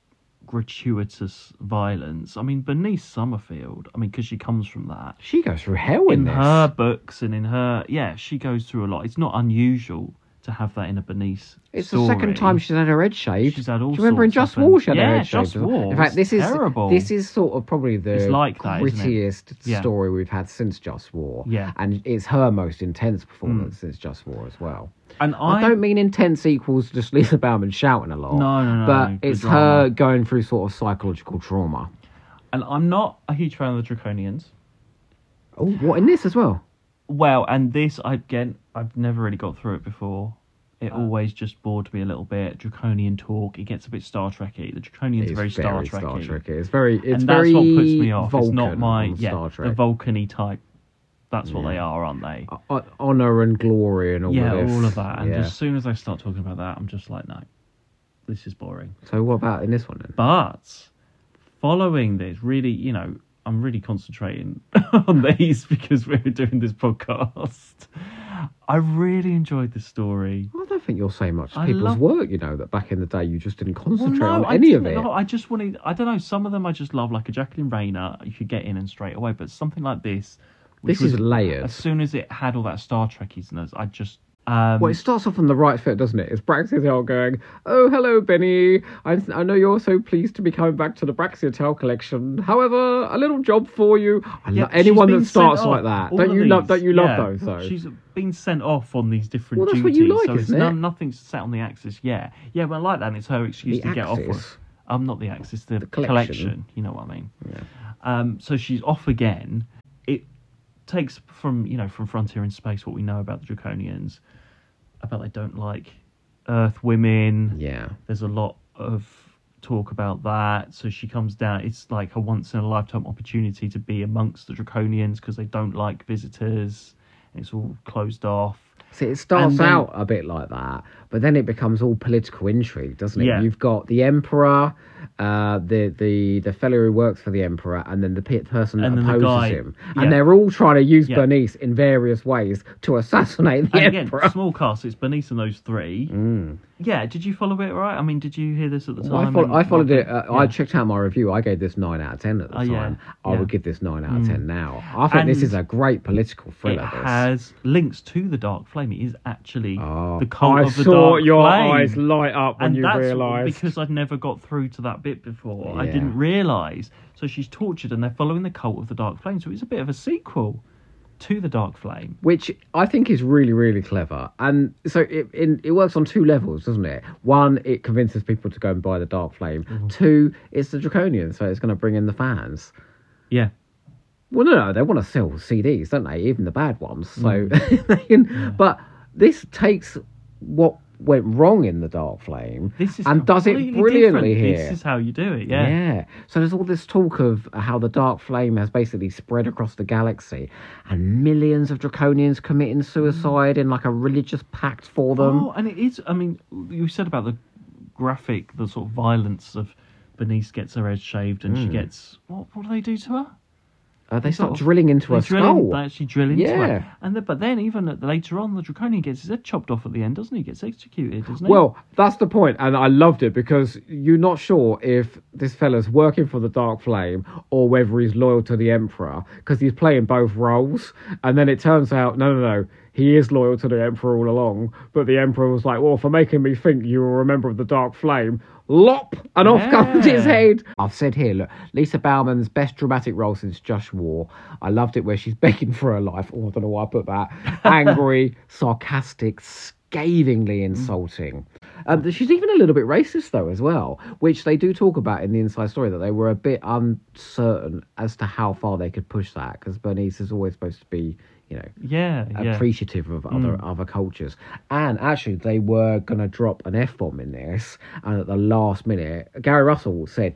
Speaker 1: gratuitous violence. I mean, Bernice Summerfield. I mean, because she comes from that.
Speaker 2: She goes through hell in,
Speaker 1: In
Speaker 2: this.
Speaker 1: her books and in her, yeah, she goes through a lot. It's not unusual to have that in a Bernice.
Speaker 2: It's
Speaker 1: story.
Speaker 2: the second time she's had her head shaved.
Speaker 1: She's had all
Speaker 2: Do you remember in
Speaker 1: sorts
Speaker 2: Just
Speaker 1: happen.
Speaker 2: War she had
Speaker 1: Yeah,
Speaker 2: her head
Speaker 1: Just
Speaker 2: shaved?
Speaker 1: War
Speaker 2: in fact,
Speaker 1: was
Speaker 2: this is
Speaker 1: terrible.
Speaker 2: this is sort of probably the
Speaker 1: It's like that, isn't it?
Speaker 2: grittiest
Speaker 1: Yeah.
Speaker 2: story we've had since Just War.
Speaker 1: Yeah. Mm.
Speaker 2: and it's her most intense performance since Just War as well.
Speaker 1: and
Speaker 2: I,
Speaker 1: I,
Speaker 2: don't mean intense equals just Lisa Bauman shouting a lot.
Speaker 1: No, no, no,
Speaker 2: But
Speaker 1: no, the
Speaker 2: it's
Speaker 1: drama.
Speaker 2: her going through sort of psychological trauma.
Speaker 1: and I'm not a huge fan of the Draconians.
Speaker 2: Oh, what in this as well?
Speaker 1: Well, and this I- again, I've never really got through it before.
Speaker 2: Uh.
Speaker 1: It always just bored me a little bit. Draconian talk. It gets a bit Star Trekky. The Draconians
Speaker 2: It's
Speaker 1: are very Star Trekky,
Speaker 2: Trek-y. It's very, it's
Speaker 1: and
Speaker 2: very
Speaker 1: that's what puts me off.
Speaker 2: Vulcan
Speaker 1: it's not my
Speaker 2: on
Speaker 1: yeah,
Speaker 2: Star
Speaker 1: the
Speaker 2: Trek.
Speaker 1: Vulcan-y type. That's what they are, aren't they?
Speaker 2: O- honor and glory and all
Speaker 1: yeah,
Speaker 2: of this.
Speaker 1: all of that. And
Speaker 2: Yeah.
Speaker 1: as soon as I start talking about that, I'm just like, no, this is boring.
Speaker 2: So what about in this one then?
Speaker 1: But following this, really, you know, I'm really concentrating on these because we're doing this podcast. I really enjoyed this story.
Speaker 2: I don't think you'll say much to
Speaker 1: I
Speaker 2: people's
Speaker 1: love-
Speaker 2: work, you know, that back in the day you just didn't concentrate on
Speaker 1: I
Speaker 2: any of
Speaker 1: didn't
Speaker 2: it.
Speaker 1: know. I just wanted. I don't know. Some of them I just love, like a Jacqueline Rayner. You could get in and straight away, but something like this. which
Speaker 2: This is
Speaker 1: was-
Speaker 2: layered.
Speaker 1: As soon as it had all that Star Trekkiness, I just. Um,
Speaker 2: Well, it starts off on the right foot, doesn't it? It's Braxiatel going, Oh, hello, Benny. I, I know you're so pleased to be coming back to the Braxiatel collection. However, a little job for you. I
Speaker 1: yeah,
Speaker 2: lo- anyone
Speaker 1: she's
Speaker 2: that
Speaker 1: been
Speaker 2: starts
Speaker 1: sent
Speaker 2: like
Speaker 1: off,
Speaker 2: that.
Speaker 1: all
Speaker 2: Don't
Speaker 1: of
Speaker 2: you, love,
Speaker 1: these.
Speaker 2: don't you
Speaker 1: Yeah.
Speaker 2: love those, though?
Speaker 1: She's been sent off on these different
Speaker 2: Well, that's what
Speaker 1: duties,
Speaker 2: you like,
Speaker 1: so it's
Speaker 2: isn't it?
Speaker 1: none, nothing's set on the axis. Yeah, yeah, well, I like that. And it's her excuse
Speaker 2: The
Speaker 1: to get off.
Speaker 2: axis?
Speaker 1: With, um, not the axis, the,
Speaker 2: collection.
Speaker 1: collection. You know what I mean? Um, so she's off again. It takes from you know from Frontier in Space what we know about the Draconians, about they don't like Earth women.
Speaker 2: Yeah.
Speaker 1: There's a lot of talk about that. So she comes down. It's like a once in a lifetime opportunity to be amongst the Draconians because they don't like visitors. And it's all closed off.
Speaker 2: See, it starts
Speaker 1: And then-
Speaker 2: out a bit like that, but then it becomes all political intrigue, doesn't it?
Speaker 1: Yeah.
Speaker 2: You've got the emperor, uh, the the the fellow who works for the emperor, and then the pe- person
Speaker 1: And
Speaker 2: that
Speaker 1: then the
Speaker 2: opposes
Speaker 1: guy-
Speaker 2: him,
Speaker 1: yeah.
Speaker 2: and they're all trying to use
Speaker 1: Yeah.
Speaker 2: Bernice in various ways to assassinate the
Speaker 1: And again,
Speaker 2: emperor.
Speaker 1: small cast. It's Bernice and those three. Yeah. Did you follow it right? I mean, did you hear this at the
Speaker 2: Mm. Well, I,
Speaker 1: time?
Speaker 2: fol-
Speaker 1: and
Speaker 2: I followed
Speaker 1: like
Speaker 2: it. Uh,
Speaker 1: yeah.
Speaker 2: I checked out my review. I gave this nine out of ten at the
Speaker 1: Oh,
Speaker 2: time.
Speaker 1: yeah.
Speaker 2: I
Speaker 1: Yeah. Mm.
Speaker 2: would give this nine out of ten now. I think this
Speaker 1: And
Speaker 2: is a great political
Speaker 1: It
Speaker 2: thriller. this.
Speaker 1: has links to the Dark Flame. It is actually
Speaker 2: Oh,
Speaker 1: the cult
Speaker 2: I
Speaker 1: of the
Speaker 2: saw
Speaker 1: Dark
Speaker 2: your
Speaker 1: Flame.
Speaker 2: eyes light up when
Speaker 1: and
Speaker 2: you
Speaker 1: that's
Speaker 2: realised.
Speaker 1: because I'd never got through to that bit before. I
Speaker 2: Yeah.
Speaker 1: didn't realise. So she's tortured, and they're following the cult of the Dark Flame. So it's a bit of a sequel to the Dark Flame.
Speaker 2: which I think is really, really clever. And so it in, it works on two levels, doesn't it? One, it convinces people to go and buy the Dark Flame.
Speaker 1: Mm-hmm.
Speaker 2: Two, it's the Draconian, so it's going to bring in the fans.
Speaker 1: Yeah,
Speaker 2: Well, no, no, they want to sell
Speaker 1: Mm.
Speaker 2: CDs, don't they? Even the bad ones. So, they can- but this takes what went wrong in the Dark Flame,
Speaker 1: This is
Speaker 2: and does it
Speaker 1: completely
Speaker 2: brilliantly
Speaker 1: different.
Speaker 2: here.
Speaker 1: This is how you do it. Yeah.
Speaker 2: So there's all this talk of how the dark flame has basically spread across the galaxy and millions of draconians committing suicide in like a religious pact for them.
Speaker 1: oh, and it is. I mean, you said about the graphic, the sort of violence of Bernice gets her head shaved, and she
Speaker 2: Hmm.
Speaker 1: gets what? What do they do to her?
Speaker 2: Uh, they start
Speaker 1: sort of-
Speaker 2: drilling into
Speaker 1: They
Speaker 2: her
Speaker 1: drill in,
Speaker 2: skull.
Speaker 1: they actually drill into
Speaker 2: Yeah.
Speaker 1: her. And the, but then even at- later on, the draconian gets his head chopped off at the end, doesn't he? Gets executed, doesn't he?
Speaker 2: Well, that's the point, and I loved it because you're not sure if this fella's working for the Dark Flame or whether he's loyal to the Emperor because he's playing both roles. And then it turns out, no, no, no, he is loyal to the Emperor all along. But the Emperor was like, "Well, for making me think you were a member of the Dark Flame." Lop, and off comes his
Speaker 1: Yeah.
Speaker 2: head. I've said here, look, Lisa Bauman's best dramatic role since Josh War. I loved it where she's begging for her life. Oh, I don't know why I put that. Angry, sarcastic, scathingly insulting. Um, she's even a little bit racist, though, as well, which they do talk about in the inside story that they were a bit uncertain as to how far they could push that because Bernice is always supposed to be, you know,
Speaker 1: yeah, yeah. Mm.
Speaker 2: appreciative of other other cultures. And actually, they were gonna drop an f bomb in this, and at the last minute, Gary Russell said,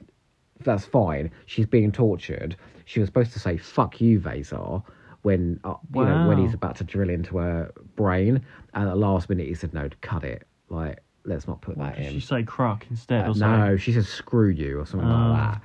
Speaker 2: "That's fine. She's being tortured. She was supposed to say fuck you, Vazar." When uh, you know when
Speaker 1: Wow.
Speaker 2: he's about to drill into her brain, and at the last minute he said no, cut it. Like let's not put that
Speaker 1: Did
Speaker 2: in.
Speaker 1: she say crack instead?
Speaker 2: Uh,
Speaker 1: or something? Oh.
Speaker 2: no, she says screw you or something like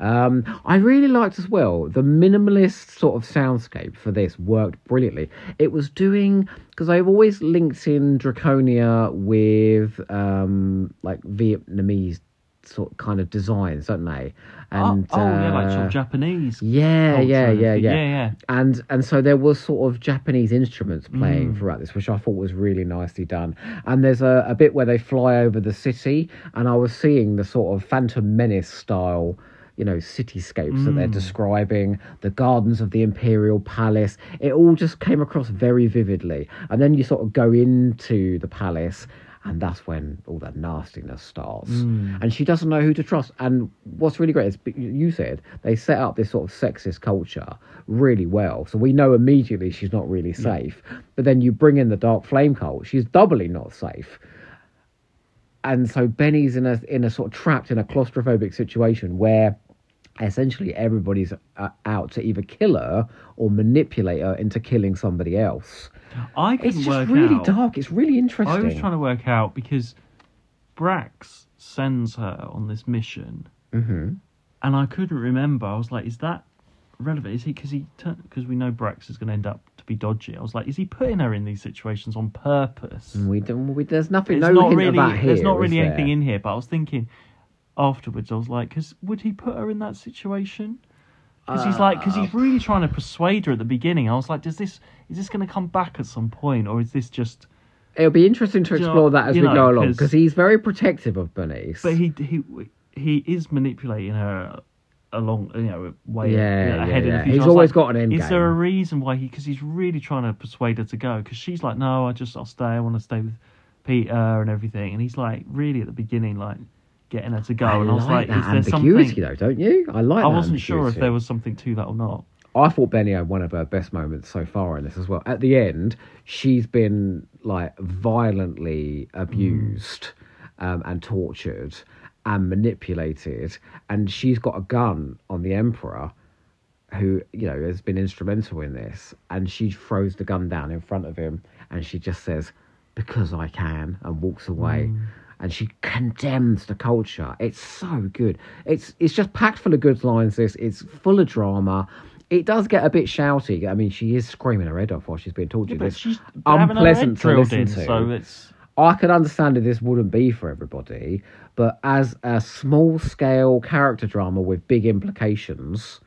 Speaker 2: that. Um, I really liked as well the minimalist sort of soundscape for this worked brilliantly. It was doing because I've always linked in Draconia with um, like Vietnamese sort of kind of designs, don't they? And
Speaker 1: oh, oh, yeah, like sort
Speaker 2: uh,
Speaker 1: of Japanese.
Speaker 2: yeah,
Speaker 1: culture
Speaker 2: yeah,
Speaker 1: and
Speaker 2: yeah,
Speaker 1: everything.
Speaker 2: yeah,
Speaker 1: yeah, yeah.
Speaker 2: and and so there was sort of Japanese instruments playing throughout this, which I thought was really nicely done. And there's a, a bit where they fly over the city, and I was seeing the sort of Phantom Menace style, you know, cityscapes that they're describing, the gardens of the Imperial Palace. It all just came across very vividly. And then you sort of go into the palace. And that's when all that nastiness starts.
Speaker 1: Mm.
Speaker 2: And she doesn't know who to trust. And what's really great is but you- you said they set up this sort of sexist culture really well. So we know immediately she's not really safe. But then you bring in the dark flame cult, she's doubly not safe. And so Benny's in a in a sort of trapped in a claustrophobic situation where essentially everybody's uh, out to either kill her or manipulate her into killing somebody else.
Speaker 1: I couldn't
Speaker 2: It's just
Speaker 1: work
Speaker 2: really
Speaker 1: out.
Speaker 2: dark. It's really interesting.
Speaker 1: I was trying to work out because Brax sends her on this mission,
Speaker 2: Mm-hmm.
Speaker 1: and I couldn't remember. I was like, "Is that relevant? Is he because he because we know Brax is going to end up to be dodgy?" I was like, "Is he putting her in these situations on purpose?"
Speaker 2: We don't. We, there's nothing.
Speaker 1: There's
Speaker 2: no
Speaker 1: not
Speaker 2: hint
Speaker 1: really
Speaker 2: of that here.
Speaker 1: there's not
Speaker 2: is
Speaker 1: really
Speaker 2: there?
Speaker 1: anything in here, but I was thinking afterwards. I was like, "Cause would he put her in that situation?" Because he's like, because
Speaker 2: Uh,
Speaker 1: he's really trying to persuade her at the beginning. I was like, "Does this is this going to come back at some point, or is this just?"
Speaker 2: It'll be interesting to
Speaker 1: you know-
Speaker 2: explore that as
Speaker 1: you
Speaker 2: we
Speaker 1: know,
Speaker 2: go along
Speaker 1: 'cause-
Speaker 2: because he's very protective of Bernice.
Speaker 1: But he he he is manipulating her along, you know, way
Speaker 2: Yeah,
Speaker 1: you know,
Speaker 2: yeah,
Speaker 1: ahead in
Speaker 2: yeah.
Speaker 1: the future.
Speaker 2: He's
Speaker 1: I was
Speaker 2: always
Speaker 1: like,
Speaker 2: got an end
Speaker 1: Is there a
Speaker 2: game.
Speaker 1: reason why he? Because he's really trying to persuade her to go. Because she's like, no, I just I'll stay. I want to stay with Peter and everything. And he's like, really at the beginning, like getting her to go.
Speaker 2: I
Speaker 1: oh, and I was like,
Speaker 2: like that
Speaker 1: is there
Speaker 2: ambiguity
Speaker 1: something?
Speaker 2: though, don't you? I like.
Speaker 1: I
Speaker 2: that
Speaker 1: wasn't sure if
Speaker 2: ambiguity.
Speaker 1: there was something to that or not.
Speaker 2: I thought Benny had one of her best moments so far in this as well. At the end, she's been like violently abused um, and tortured and manipulated, and she's got a gun on the Emperor, who you know has been instrumental in this, and she throws the gun down in front of him, and she just says, "Because I can," and walks away.
Speaker 1: Mm.
Speaker 2: And she condemns the culture. It's so good. It's it's just packed full of good lines. This it's full of drama. It does get a bit shouty. I mean, she is screaming her head off while she's being tortured.
Speaker 1: But
Speaker 2: It's
Speaker 1: she's having her head
Speaker 2: unpleasant to
Speaker 1: drilled
Speaker 2: listen
Speaker 1: in,
Speaker 2: to.
Speaker 1: so it's
Speaker 2: I could understand if this wouldn't be for everybody, but as a small scale character drama with big implications,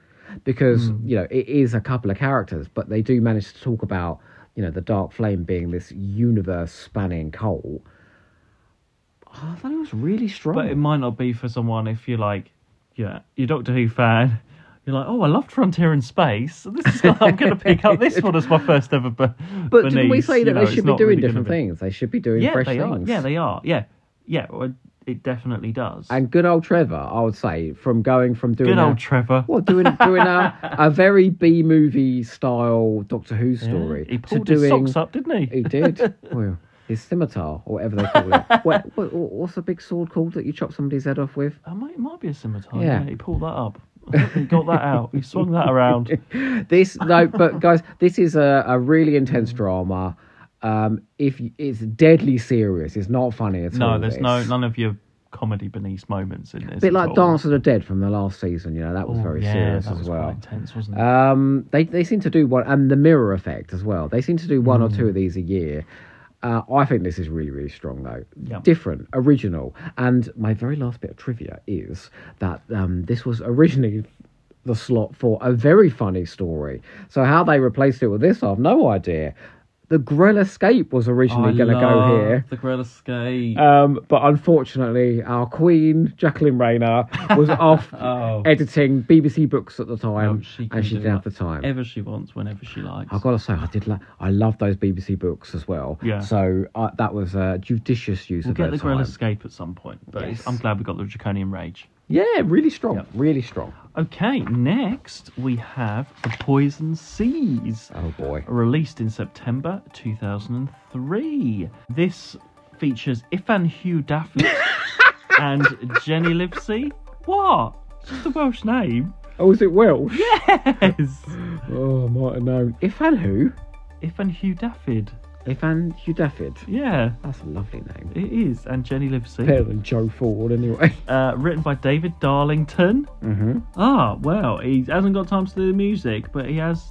Speaker 2: because
Speaker 1: Hmm.
Speaker 2: you know it is a couple of characters, but they do manage to talk about you know the Dark Flame being this universe spanning cult. I thought it was really strong.
Speaker 1: But it might not be for someone if you're like, yeah, you're a Doctor Who fan. You're like, oh, I loved Frontier in Space. So this is I'm going to pick up this one as my first ever. But
Speaker 2: but didn't we say that they should be doing different things? They should be doing
Speaker 1: Yeah,
Speaker 2: fresh
Speaker 1: they are.
Speaker 2: things.
Speaker 1: Yeah, they are. Yeah, yeah. Well, it definitely does.
Speaker 2: and good old Trevor, I would say, from going from doing
Speaker 1: Good
Speaker 2: a-
Speaker 1: old Trevor.
Speaker 2: Well, doing doing a, a very B movie style Doctor Who
Speaker 1: Yeah,
Speaker 2: story
Speaker 1: He
Speaker 2: to
Speaker 1: pulled his
Speaker 2: doing
Speaker 1: socks up, didn't he?
Speaker 2: he did. Well, his scimitar or whatever they call it. what, what, what's the big sword called that you chop somebody's head off with?
Speaker 1: It Uh, might, it might be a scimitar.
Speaker 2: Yeah.
Speaker 1: Yeah. he pulled that up. he got that out. He swung that around.
Speaker 2: this no, but guys, this is a, a really intense drama. Um, if you, it's deadly serious, it's not funny at all.
Speaker 1: No, there's no
Speaker 2: It's
Speaker 1: none of your comedy beneath moments in this.
Speaker 2: a bit like
Speaker 1: at all.
Speaker 2: Dance of the Dead from the last season. You know that was
Speaker 1: Oh,
Speaker 2: very
Speaker 1: yeah,
Speaker 2: serious
Speaker 1: that
Speaker 2: as
Speaker 1: was
Speaker 2: well.
Speaker 1: Quite intense, wasn't it?
Speaker 2: Um, they they seem to do one, and the Mirror Effect as well. They seem to do one or
Speaker 1: Mm.
Speaker 2: two of these a year. Uh, I think this is really really strong though,
Speaker 1: Yeah.
Speaker 2: different, original. And my very last bit of trivia is that um, this was originally the slot for a very funny story. So how they replaced it with this, I've no idea. The Grell Escape was originally going to go here.
Speaker 1: The Great Escape.
Speaker 2: Um, but unfortunately, our queen, Jacqueline Rayner, was off
Speaker 1: Oh.
Speaker 2: editing BBC books at the time,
Speaker 1: Oh, she can
Speaker 2: and she
Speaker 1: do
Speaker 2: didn't have the
Speaker 1: that.
Speaker 2: time.
Speaker 1: Ever she wants, whenever she likes.
Speaker 2: I've got to say, I did. Lo- I love those BBC books as well.
Speaker 1: Yeah.
Speaker 2: So uh, that was a judicious use
Speaker 1: we'll
Speaker 2: of their
Speaker 1: get the
Speaker 2: time.
Speaker 1: Great Escape at some point, but it's-
Speaker 2: Yes.
Speaker 1: I'm glad we got the Draconian Rage.
Speaker 2: Yeah, really strong. Really strong.
Speaker 1: Okay, next we have The Poison Seas.
Speaker 2: Oh boy.
Speaker 1: released in September 2003. This features Ifan Hugh Daffy and Jenny Livesey. What? It's just a Welsh name.
Speaker 2: Oh, is it Welsh?
Speaker 1: Yes.
Speaker 2: Oh, I might have known. Ifan who?
Speaker 1: Ifan Hugh Daffy.
Speaker 2: Ifan Hugh Dafford.
Speaker 1: Yeah,
Speaker 2: That's a lovely name.
Speaker 1: it is. And Jenny Livesey.
Speaker 2: Better than Joe Ford, anyway.
Speaker 1: Uh, written by David Darlington.
Speaker 2: Mm-hmm.
Speaker 1: Ah, well, he hasn't got time to do the music, but he has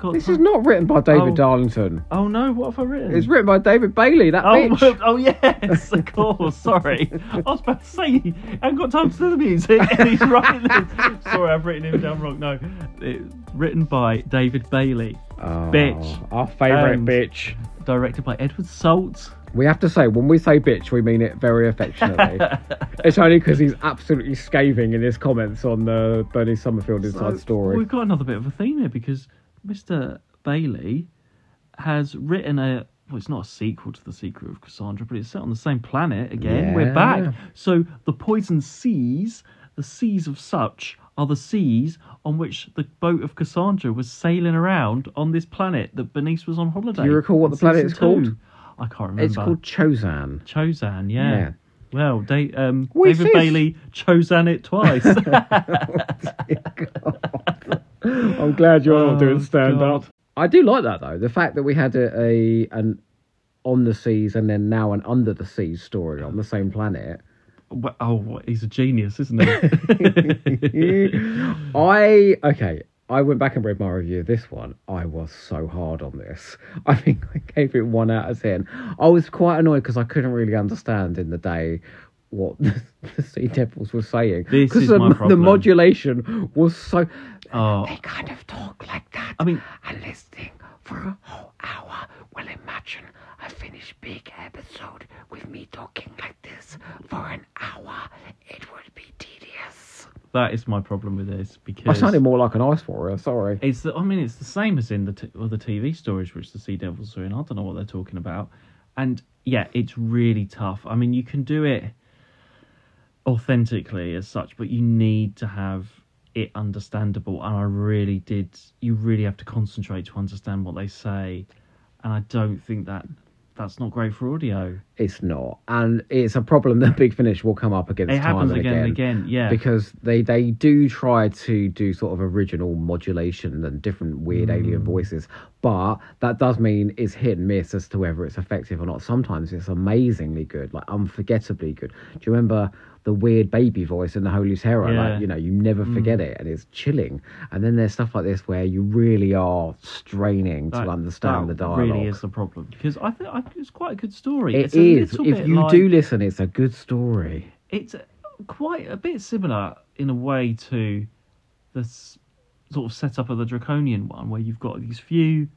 Speaker 1: got
Speaker 2: This
Speaker 1: time.
Speaker 2: is not written by David
Speaker 1: Oh.
Speaker 2: Darlington.
Speaker 1: Oh no, what have I written?
Speaker 2: It's written by David Bailey. That
Speaker 1: Oh,
Speaker 2: bitch.
Speaker 1: well, oh yes, of course. Sorry, I was about to say I haven't got time to do the music. And he's writing this. Sorry, I've written him down wrong. No, it's written by David Bailey,
Speaker 2: Oh,
Speaker 1: Bitch.
Speaker 2: Our favourite
Speaker 1: Um,
Speaker 2: bitch.
Speaker 1: directed by Edward Salt.
Speaker 2: We have to say, when we say bitch, we mean it very affectionately. it's only because he's absolutely scathing in his comments on the Bernie Summerfield Inside
Speaker 1: So,
Speaker 2: Story.
Speaker 1: We've got another bit of a theme here because Mr. Bailey has written a. Well, it's not a sequel to the Secret of Cassandra, but it's set on the same planet again. We're
Speaker 2: Yeah.
Speaker 1: back. So the poison seas, the seas of such, are the seas on which the boat of Cassandra was sailing around on this planet that Bernice was on holiday.
Speaker 2: Do you recall what
Speaker 1: in
Speaker 2: the planet
Speaker 1: season
Speaker 2: is called?
Speaker 1: two. I can't remember.
Speaker 2: It's called Chosan.
Speaker 1: Chosan. Yeah.
Speaker 2: Yeah.
Speaker 1: Well, da- um,
Speaker 2: What is
Speaker 1: David
Speaker 2: this?
Speaker 1: Bailey Chosan it twice.
Speaker 2: I'm glad you're not
Speaker 1: Oh,
Speaker 2: doing stand
Speaker 1: God.
Speaker 2: up. I do like that though. The fact that we had a, a an on the seas and then now an under the seas story on the same planet.
Speaker 1: Well, oh, what- he's a genius, isn't he?
Speaker 2: I okay. I went back and read my review of this one. I was so hard on this. I think I gave it one out of ten. I was quite annoyed because I couldn't really understand in the day what the, Sea Devils were saying.
Speaker 1: This
Speaker 2: 'Cause
Speaker 1: is
Speaker 2: the,
Speaker 1: my
Speaker 2: the
Speaker 1: problem.
Speaker 2: modulation was so.
Speaker 1: Oh.
Speaker 2: They kind of talk like that.
Speaker 1: I mean-
Speaker 2: and listening for a whole hour. Well, imagine a finished big episode with me talking like this for an hour. It would be tedious.
Speaker 1: that is my problem with this because
Speaker 2: I sounded more like an ice warrior. Sorry.
Speaker 1: it's the, I mean it's the same as in the t- other TV stories which the Sea Devils are in. I don't know what they're talking about, and yeah, it's really tough. I mean, you can do it authentically as such, but you need to have it understandable. And I really did. You really have to concentrate to understand what they say, and I don't think that that's not great for audio.
Speaker 2: It's not, and it's a problem that Big Finish will come up against.
Speaker 1: It happens
Speaker 2: time
Speaker 1: again and again. Yeah.
Speaker 2: because they they do try to do sort of original modulation and different weird alien
Speaker 1: Mm.
Speaker 2: voices, but that does mean it's hit and miss as to whether it's effective or not. Sometimes it's amazingly good, like unforgettably good. Do you remember? The weird baby voice in the Holy Terror,
Speaker 1: Yeah. Mm.
Speaker 2: like you know, you never forget it, and it's chilling. And then there's stuff like this where you really are straining to understand the
Speaker 1: that
Speaker 2: dialogue.
Speaker 1: Really, is the problem because I think I- it's quite a good story.
Speaker 2: It
Speaker 1: it's
Speaker 2: is.
Speaker 1: A little
Speaker 2: If
Speaker 1: bit
Speaker 2: you
Speaker 1: like-
Speaker 2: do listen, it's a good story.
Speaker 1: it's a- quite a bit similar in a way to the s- sort of setup of the draconian one, where you've got these few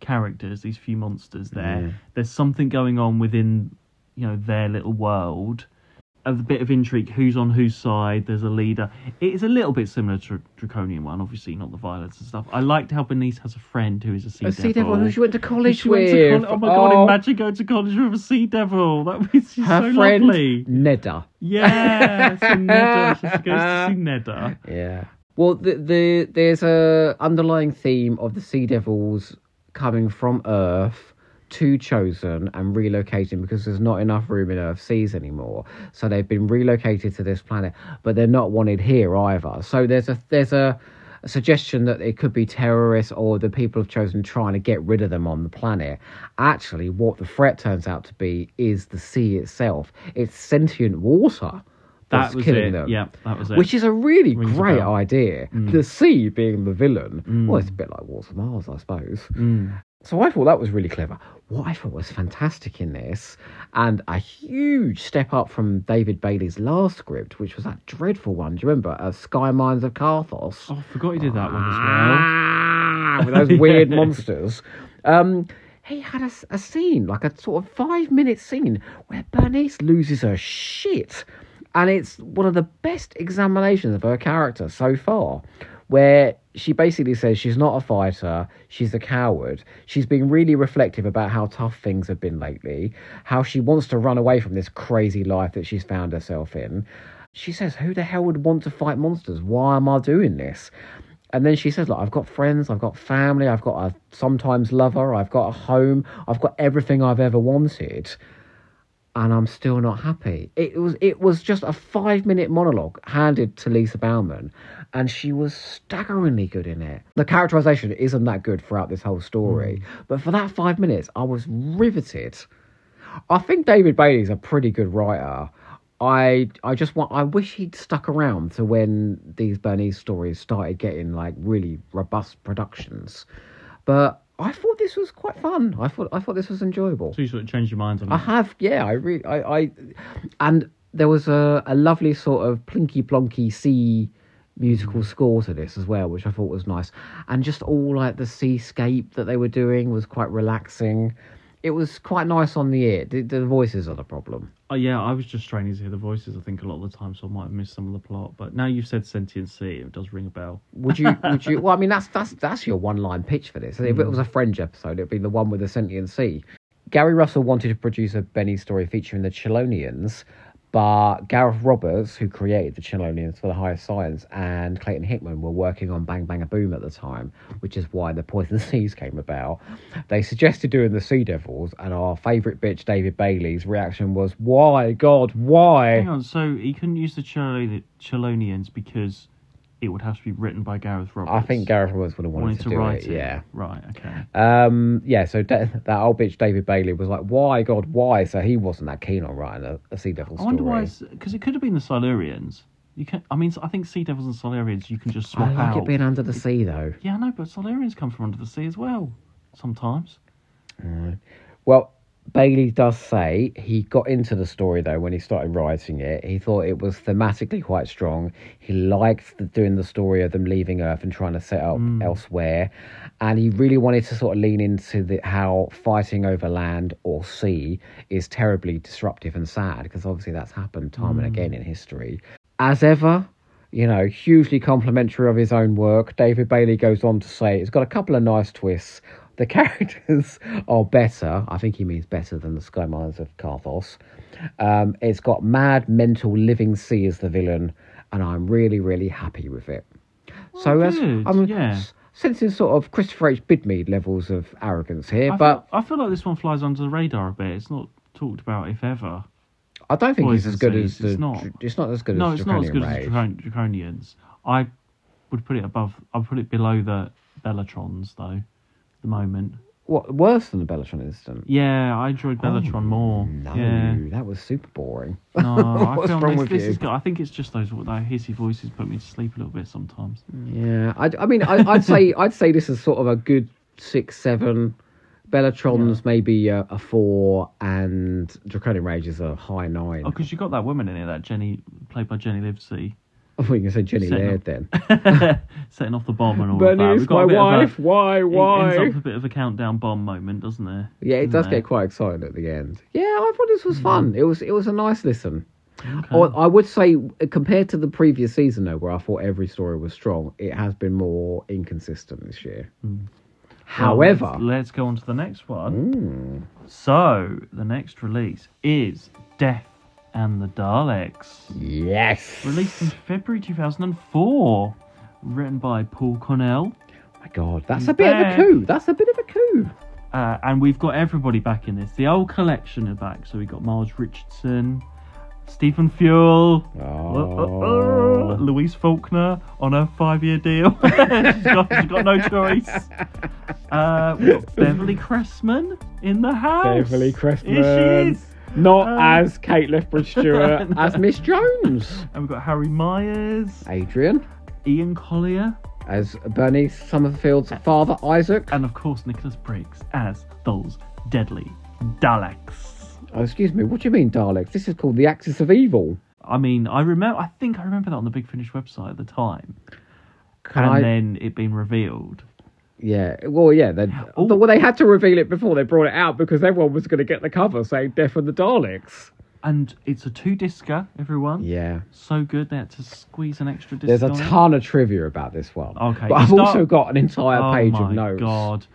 Speaker 1: characters, these few monsters there.
Speaker 2: Yeah.
Speaker 1: There's something going on within, you know, their little world. A bit of intrigue. Who's on whose side? There's a leader. It is a little bit similar to draconian one, obviously not the violence and stuff. I liked how Bernice has a friend who is a sea
Speaker 2: I see everyone who she went to college
Speaker 1: she went
Speaker 2: with.
Speaker 1: to colle- oh my god,
Speaker 2: Oh,
Speaker 1: imagine going to college with a sea devil. That was she's
Speaker 2: her
Speaker 1: so
Speaker 2: friend
Speaker 1: lovely.
Speaker 2: Nedda.
Speaker 1: Yeah, so Nedda. So she goes to see Nedda.
Speaker 2: Yeah. Well, the, the there's a underlying theme of the sea devils coming from Earth to Chosen and relocating because there's not enough room in Earth Seas anymore. So they've been relocated to this planet, but they're not wanted here either. So there's a there's a, a suggestion that it could be terrorists or the people of Chosen trying to get rid of them on the planet. Actually, what the threat turns out to be is the sea itself. It's sentient water.
Speaker 1: That
Speaker 2: that's
Speaker 1: was
Speaker 2: killing
Speaker 1: it.
Speaker 2: them
Speaker 1: Yeah, that was it.
Speaker 2: which is a really
Speaker 1: Rings a
Speaker 2: great
Speaker 1: bell. Mm.
Speaker 2: idea. The sea being the villain. Well, it's a bit like Wars of Mars, I suppose.
Speaker 1: Mm.
Speaker 2: So I thought that was really clever. What I thought was fantastic in this, and a huge step up from David Bailey's last script, which was that dreadful one. Do you remember? Uh, Sky Mines of Carthos.
Speaker 1: Oh, I forgot he did that one as well.
Speaker 2: Ah, with those weird monsters. Um, he had a, s- a scene, like a sort of five minute scene, where Bernice loses her shit. And it's one of the best examinations of her character so far, where she basically says she's not a fighter, she's a coward. She's been really reflective about how tough things have been lately, how she wants to run away from this crazy life that she's found herself in. She says, Who the hell would want to fight monsters? Why am I doing this? And then she says, like, I've got friends, I've got family, I've got a sometimes lover, I've got a home, I've got everything I've ever wanted, and I'm still not happy. It was it was just a five minute monologue handed to Lisa Bauman, and she was staggeringly good in it. The characterization isn't that good throughout this whole story, but for that five minutes, I was riveted. I think David Bailey's a pretty good writer. I I just want I wish he'd stuck around to when these Bernese stories started getting like really robust productions. But I thought this was quite fun. I thought I thought this was enjoyable.
Speaker 1: So you sort of changed your mind on
Speaker 2: I
Speaker 1: that.
Speaker 2: have, yeah. I really, I, I, and there was a, a lovely sort of plinky plonky sea musical score to this as well, which I thought was nice. And just all like the seascape that they were doing was quite relaxing. It was quite nice on the ear. The, the voices are the problem.
Speaker 1: Oh, yeah, I was just training to hear the voices. I think a lot of the time, so I might have missed some of the plot. But now you've said sentiency, it does ring a bell.
Speaker 2: Would you? Would you? Well, I mean, that's that's that's your one line pitch for this. If it was a French episode, it'd be the one with the sentient sea. Gary Russell wanted to produce a Benny story featuring the Chelonians, but Gareth Roberts, who created the Chelonians for the Higher Science, and Clayton Hickman were working on Bang Bang a Boom at the time, which is why the Poison Seas came about. They suggested doing the Sea Devils, and our favourite bitch David Bailey's reaction was, "Why, God,
Speaker 1: Hang
Speaker 2: why?"
Speaker 1: on, so he couldn't use the Chelo- Chelonians because it would have to be written by Gareth
Speaker 2: I
Speaker 1: Roberts.
Speaker 2: think Gareth Roberts would have wanted,
Speaker 1: wanted
Speaker 2: to,
Speaker 1: to
Speaker 2: do
Speaker 1: write
Speaker 2: it. Yeah.
Speaker 1: Right, okay.
Speaker 2: Um, yeah, so da- that old bitch David Bailey was like, "Why, God, why?" So he wasn't that keen on writing a, a sea devil
Speaker 1: I
Speaker 2: story.
Speaker 1: wonder why, because it could have been the Silurians. You can, I mean, I think Sea Devils and Silurians you can just swap
Speaker 2: I like
Speaker 1: out.
Speaker 2: it being under the sea though.
Speaker 1: Yeah, I know, but Silurians come from under the sea as well. Sometimes.
Speaker 2: Well, Bailey does say he got into the story though when he started writing it. He thought it was thematically quite strong. He liked the, doing the story of them leaving Earth and trying to set up elsewhere, and he really wanted to sort of lean into the, how fighting over land or sea is terribly disruptive and sad because obviously that's happened time and again in history. As ever, you know, hugely complimentary of his own work. David Bailey goes on to say it's got a couple of nice twists. The characters are better. I think he means better than the Sky Miners of Carthos. Um, it's got Mad Mental Living Sea as the villain, and I'm really, really happy with it. so, as
Speaker 1: Oh, good,
Speaker 2: I'm
Speaker 1: yeah.
Speaker 2: s- sensing sort of Christopher H. Bidmead levels of arrogance here,
Speaker 1: I
Speaker 2: but
Speaker 1: feel, I feel like this one flies under the radar a bit. It's not talked about, if ever.
Speaker 2: I don't think he's
Speaker 1: Poison
Speaker 2: as good
Speaker 1: Seas,
Speaker 2: as the.
Speaker 1: it's not.
Speaker 2: It's not as good
Speaker 1: No,
Speaker 2: as
Speaker 1: it's not as
Speaker 2: Draconian
Speaker 1: good
Speaker 2: Rage.
Speaker 1: as Dracon- Draconians. I would put it above. I'd put it below the Bellatrons, though. at The moment.
Speaker 2: What worse than the Bellatron incident?
Speaker 1: Yeah, I enjoyed Bellatron more.
Speaker 2: Oh, No,
Speaker 1: Yeah.
Speaker 2: that was super boring.
Speaker 1: No, I
Speaker 2: What's
Speaker 1: feel
Speaker 2: wrong
Speaker 1: this,
Speaker 2: with
Speaker 1: this
Speaker 2: you?
Speaker 1: is good. I think it's just those that hissy voices put me to sleep a little bit sometimes.
Speaker 2: Yeah, I, I mean, I, I'd say I'd say this is sort of a good six, seven. Bellatron's maybe a, a four, and Draconian Rage is a high nine.
Speaker 1: Oh, because you got that woman in it, that Jenny, played by Jenny Livesey,
Speaker 2: I
Speaker 1: Oh,
Speaker 2: thought you can say Jenny
Speaker 1: Setting
Speaker 2: Laird
Speaker 1: up-
Speaker 2: then.
Speaker 1: setting off the bomb and all of that.
Speaker 2: Bernice,
Speaker 1: We've got
Speaker 2: my
Speaker 1: a bit of a-
Speaker 2: wife. Why?
Speaker 1: It
Speaker 2: Why?
Speaker 1: ends up a bit of a countdown bomb moment, doesn't it?
Speaker 2: Yeah, it
Speaker 1: Doesn't
Speaker 2: does get quite exciting at the end. Yeah, I thought this was fun. It was it was a nice listen.
Speaker 1: Mm. Okay.
Speaker 2: Or I would say uh, compared to the previous season though, where I thought every story was strong, it has been more inconsistent this year.
Speaker 1: Mm. Well,
Speaker 2: However, Mm.
Speaker 1: let's, let's go on to the next one. So the next release is Death and the Daleks,
Speaker 2: yes,
Speaker 1: released in February 2004, written by Paul Cornell.
Speaker 2: My God, that's a bit of a coup. That's a bit of a coup.
Speaker 1: Uh, and we've got everybody back in this. The old collection are back. So we've got Miles Richardson, Stephen Fuel, uh, uh, uh,
Speaker 2: Oh.
Speaker 1: Louise Faulkner on a five year deal. she's, got, she's got no choice. Uh, we've got Beverly Cressman in the house.
Speaker 2: Beverly
Speaker 1: Here she
Speaker 2: Cressman.
Speaker 1: is.
Speaker 2: Not
Speaker 1: Um,
Speaker 2: as Kate Lethbridge Stewart, as Miss Jones.
Speaker 1: And we've got Harry Myers,
Speaker 2: Adrian,
Speaker 1: Ian Collier,
Speaker 2: as Bernice Summerfield's father, Isaac.
Speaker 1: and of course Nicholas Briggs as those deadly Daleks.
Speaker 2: Oh, excuse me, what do you mean, Daleks? This is called The Axis of Evil.
Speaker 1: I mean, I remember. I think I remember that on the Big Finish website at the time,
Speaker 2: Can
Speaker 1: and
Speaker 2: I?
Speaker 1: then it being revealed.
Speaker 2: Yeah, well, yeah. They,
Speaker 1: Oh.
Speaker 2: well, they had to reveal it before they brought it out because everyone was going to get the cover saying Death and the Daleks.
Speaker 1: And it's a two discer, everyone.
Speaker 2: Yeah.
Speaker 1: So good they had to squeeze an extra disc.
Speaker 2: There's a
Speaker 1: on it.
Speaker 2: ton of trivia about this one.
Speaker 1: Okay,
Speaker 2: But
Speaker 1: you
Speaker 2: I've
Speaker 1: start-
Speaker 2: also got an entire
Speaker 1: oh
Speaker 2: page
Speaker 1: my
Speaker 2: of notes.
Speaker 1: God.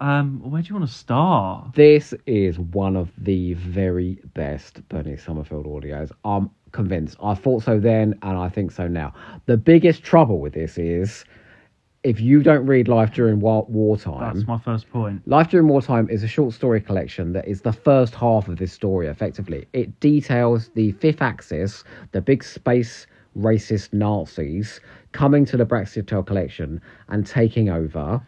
Speaker 1: Um, where do you want to start?
Speaker 2: This is one of the very best Bernie Summerfield audios. I'm convinced. I thought so then, and I think so now. The biggest trouble with this is if you don't read Life During War- Wartime,
Speaker 1: That's my first point.
Speaker 2: Life During Wartime is a short story collection that is the first half of this story, effectively. It details the Fifth Axis, the big space racist Nazis, coming to the Braxiatel collection and taking over.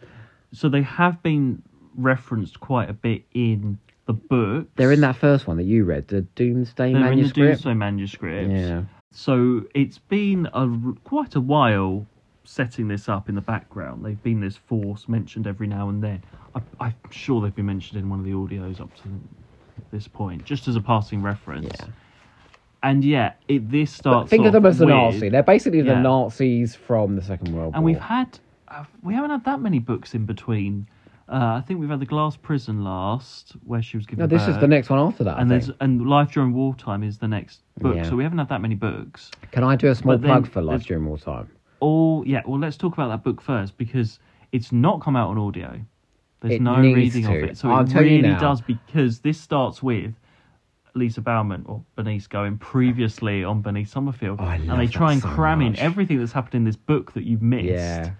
Speaker 1: So they have been referenced quite a bit in the book.
Speaker 2: They're in that first one that you read, the Doomsday
Speaker 1: They're in the
Speaker 2: manuscript.
Speaker 1: Doomsday manuscript.
Speaker 2: Yeah.
Speaker 1: So it's been a r- quite a while setting this up in the background. They've been this force mentioned every now and then. I, I'm sure they've been mentioned in one of the audios up to this point, just as a passing reference.
Speaker 2: Yeah.
Speaker 1: And yeah, it this starts.
Speaker 2: Think of
Speaker 1: off
Speaker 2: them as the
Speaker 1: with-
Speaker 2: Nazi. They're basically the
Speaker 1: Yeah.
Speaker 2: Nazis from the Second World
Speaker 1: And
Speaker 2: War.
Speaker 1: we've had, uh, we haven't had that many books in between. Uh, I think we've had the Glass Prison last, where she was given.
Speaker 2: no, this is
Speaker 1: birth.
Speaker 2: the next one after that. I
Speaker 1: And there's
Speaker 2: think.
Speaker 1: and Life During Wartime is the next book,
Speaker 2: Yeah.
Speaker 1: so we haven't had that many books.
Speaker 2: Can I do a small
Speaker 1: but then
Speaker 2: plug for Life
Speaker 1: there's-
Speaker 2: During Wartime?
Speaker 1: Oh yeah, well let's talk about that book first because it's not come out on audio. There's
Speaker 2: It
Speaker 1: no
Speaker 2: needs
Speaker 1: reading of
Speaker 2: to.
Speaker 1: it, so
Speaker 2: I'll
Speaker 1: it
Speaker 2: tell you
Speaker 1: really
Speaker 2: now.
Speaker 1: does because this starts with Lisa Bauman or Bernice going previously on Bernice Summerfield,
Speaker 2: Oh, I love
Speaker 1: and they try
Speaker 2: that
Speaker 1: and
Speaker 2: so
Speaker 1: cram
Speaker 2: much.
Speaker 1: in everything that's happened in this book that you've missed.
Speaker 2: Yeah.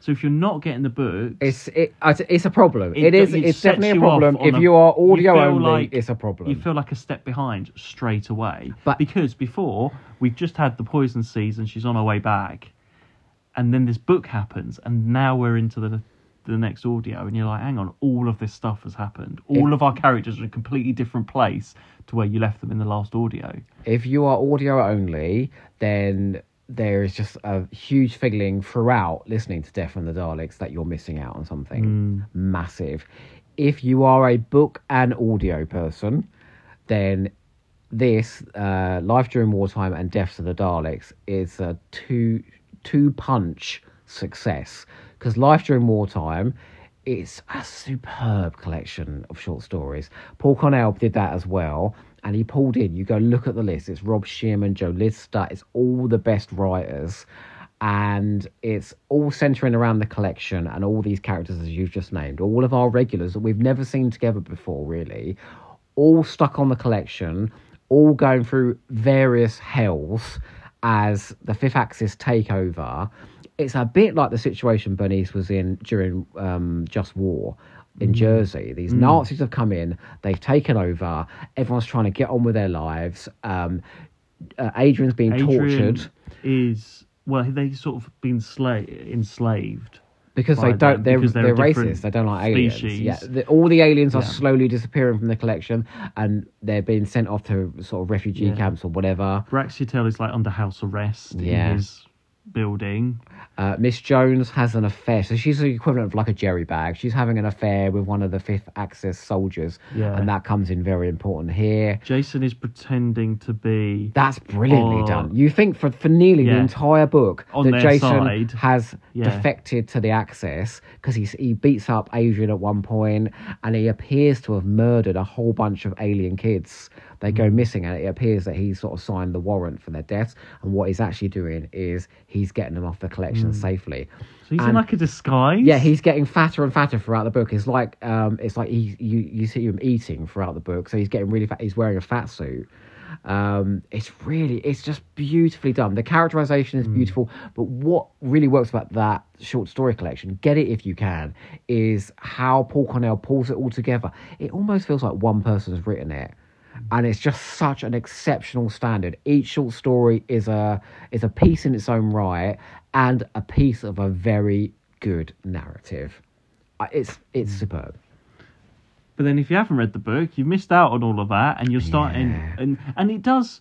Speaker 1: So if you're not getting the book,
Speaker 2: It's it, it's- it's a problem.
Speaker 1: It
Speaker 2: it is.
Speaker 1: do- it
Speaker 2: It's
Speaker 1: sets
Speaker 2: definitely a
Speaker 1: you off
Speaker 2: problem.
Speaker 1: on
Speaker 2: If
Speaker 1: a-
Speaker 2: you are
Speaker 1: you
Speaker 2: audio
Speaker 1: feel
Speaker 2: only,
Speaker 1: like-
Speaker 2: it's a
Speaker 1: you
Speaker 2: problem.
Speaker 1: feel like a step behind straight away.
Speaker 2: But-
Speaker 1: because before we've just had the poison season, she's on her way back, and then this book happens, and now we're into the the next audio, and you're like, hang on, all of this stuff has happened. All
Speaker 2: If-
Speaker 1: of our characters are in a completely different place to where you left them in the last audio.
Speaker 2: If you are audio only, then there is just a huge fiddling throughout listening to Death and the Daleks that you're missing out on something massive. If you are a book and audio person, then this uh, Life During Wartime and Deaths of the Daleks is a two two punch success because Life During Wartime it's a superb collection of short stories. Paul Cornell did that as well, and he pulled in. You go look at the list. It's Rob Shearman, Joe Lister. It's all the best writers, and it's all centering around the collection and all these characters as you've just named, all of our regulars that we've never seen together before, really, all stuck on the collection, all going through various hells as the Fifth Axis take over. It's a bit like the situation Bernice was in during um, Just War
Speaker 1: Mm.
Speaker 2: in Jersey. These Nazis have come in, they've taken over, everyone's trying to get on with their lives. Um, uh, Adrian's being
Speaker 1: Adrian
Speaker 2: tortured
Speaker 1: is well, they sort of been sla- enslaved.
Speaker 2: because
Speaker 1: by
Speaker 2: they don't.
Speaker 1: them,
Speaker 2: They're,
Speaker 1: because
Speaker 2: they're,
Speaker 1: they're a different
Speaker 2: racist. They don't like aliens.
Speaker 1: species.
Speaker 2: Yeah, the, all the aliens are slowly disappearing from the collection, and they're being sent off to sort of refugee
Speaker 1: Yeah.
Speaker 2: camps or whatever.
Speaker 1: Braxiatel is like under house arrest
Speaker 2: Yeah.
Speaker 1: in his building.
Speaker 2: Uh, Miss Jones has an affair. So she's the equivalent of like a jerry bag. She's having an affair with one of the Fifth Axis soldiers.
Speaker 1: Yeah.
Speaker 2: And that comes in very important here.
Speaker 1: Jason is pretending to be
Speaker 2: That's brilliantly
Speaker 1: Oh.
Speaker 2: done. You think for, for nearly the
Speaker 1: Yeah.
Speaker 2: entire book
Speaker 1: On
Speaker 2: that
Speaker 1: their
Speaker 2: Jason
Speaker 1: side.
Speaker 2: has
Speaker 1: Yeah.
Speaker 2: defected to the Axis because he, he beats up Adrian at one point and he appears to have murdered a whole bunch of alien kids. They
Speaker 1: Hmm.
Speaker 2: go missing and it appears that he sort of signed the warrant for their deaths. And what he's actually doing is he's getting them off the collection
Speaker 1: Hmm.
Speaker 2: safely.
Speaker 1: So he's in
Speaker 2: And-
Speaker 1: like a disguise.
Speaker 2: Yeah, he's getting fatter and fatter throughout the book. It's like um, it's like he you you see him eating throughout the book, so he's getting really fat. He's wearing a fat suit, Um, it's really, it's just beautifully done. The characterization is beautiful, but what really works about that short story collection, get it if you can, is how Paul Cornell pulls it all together. It almost feels like one person has written it and it's just such an exceptional standard. Each short story is a is a piece in its own right and a piece of a very good narrative. I- It's
Speaker 1: Hmm.
Speaker 2: it's superb.
Speaker 1: But then if you haven't read the book, you've missed out on all of that, and you're starting
Speaker 2: Yeah.
Speaker 1: and and it does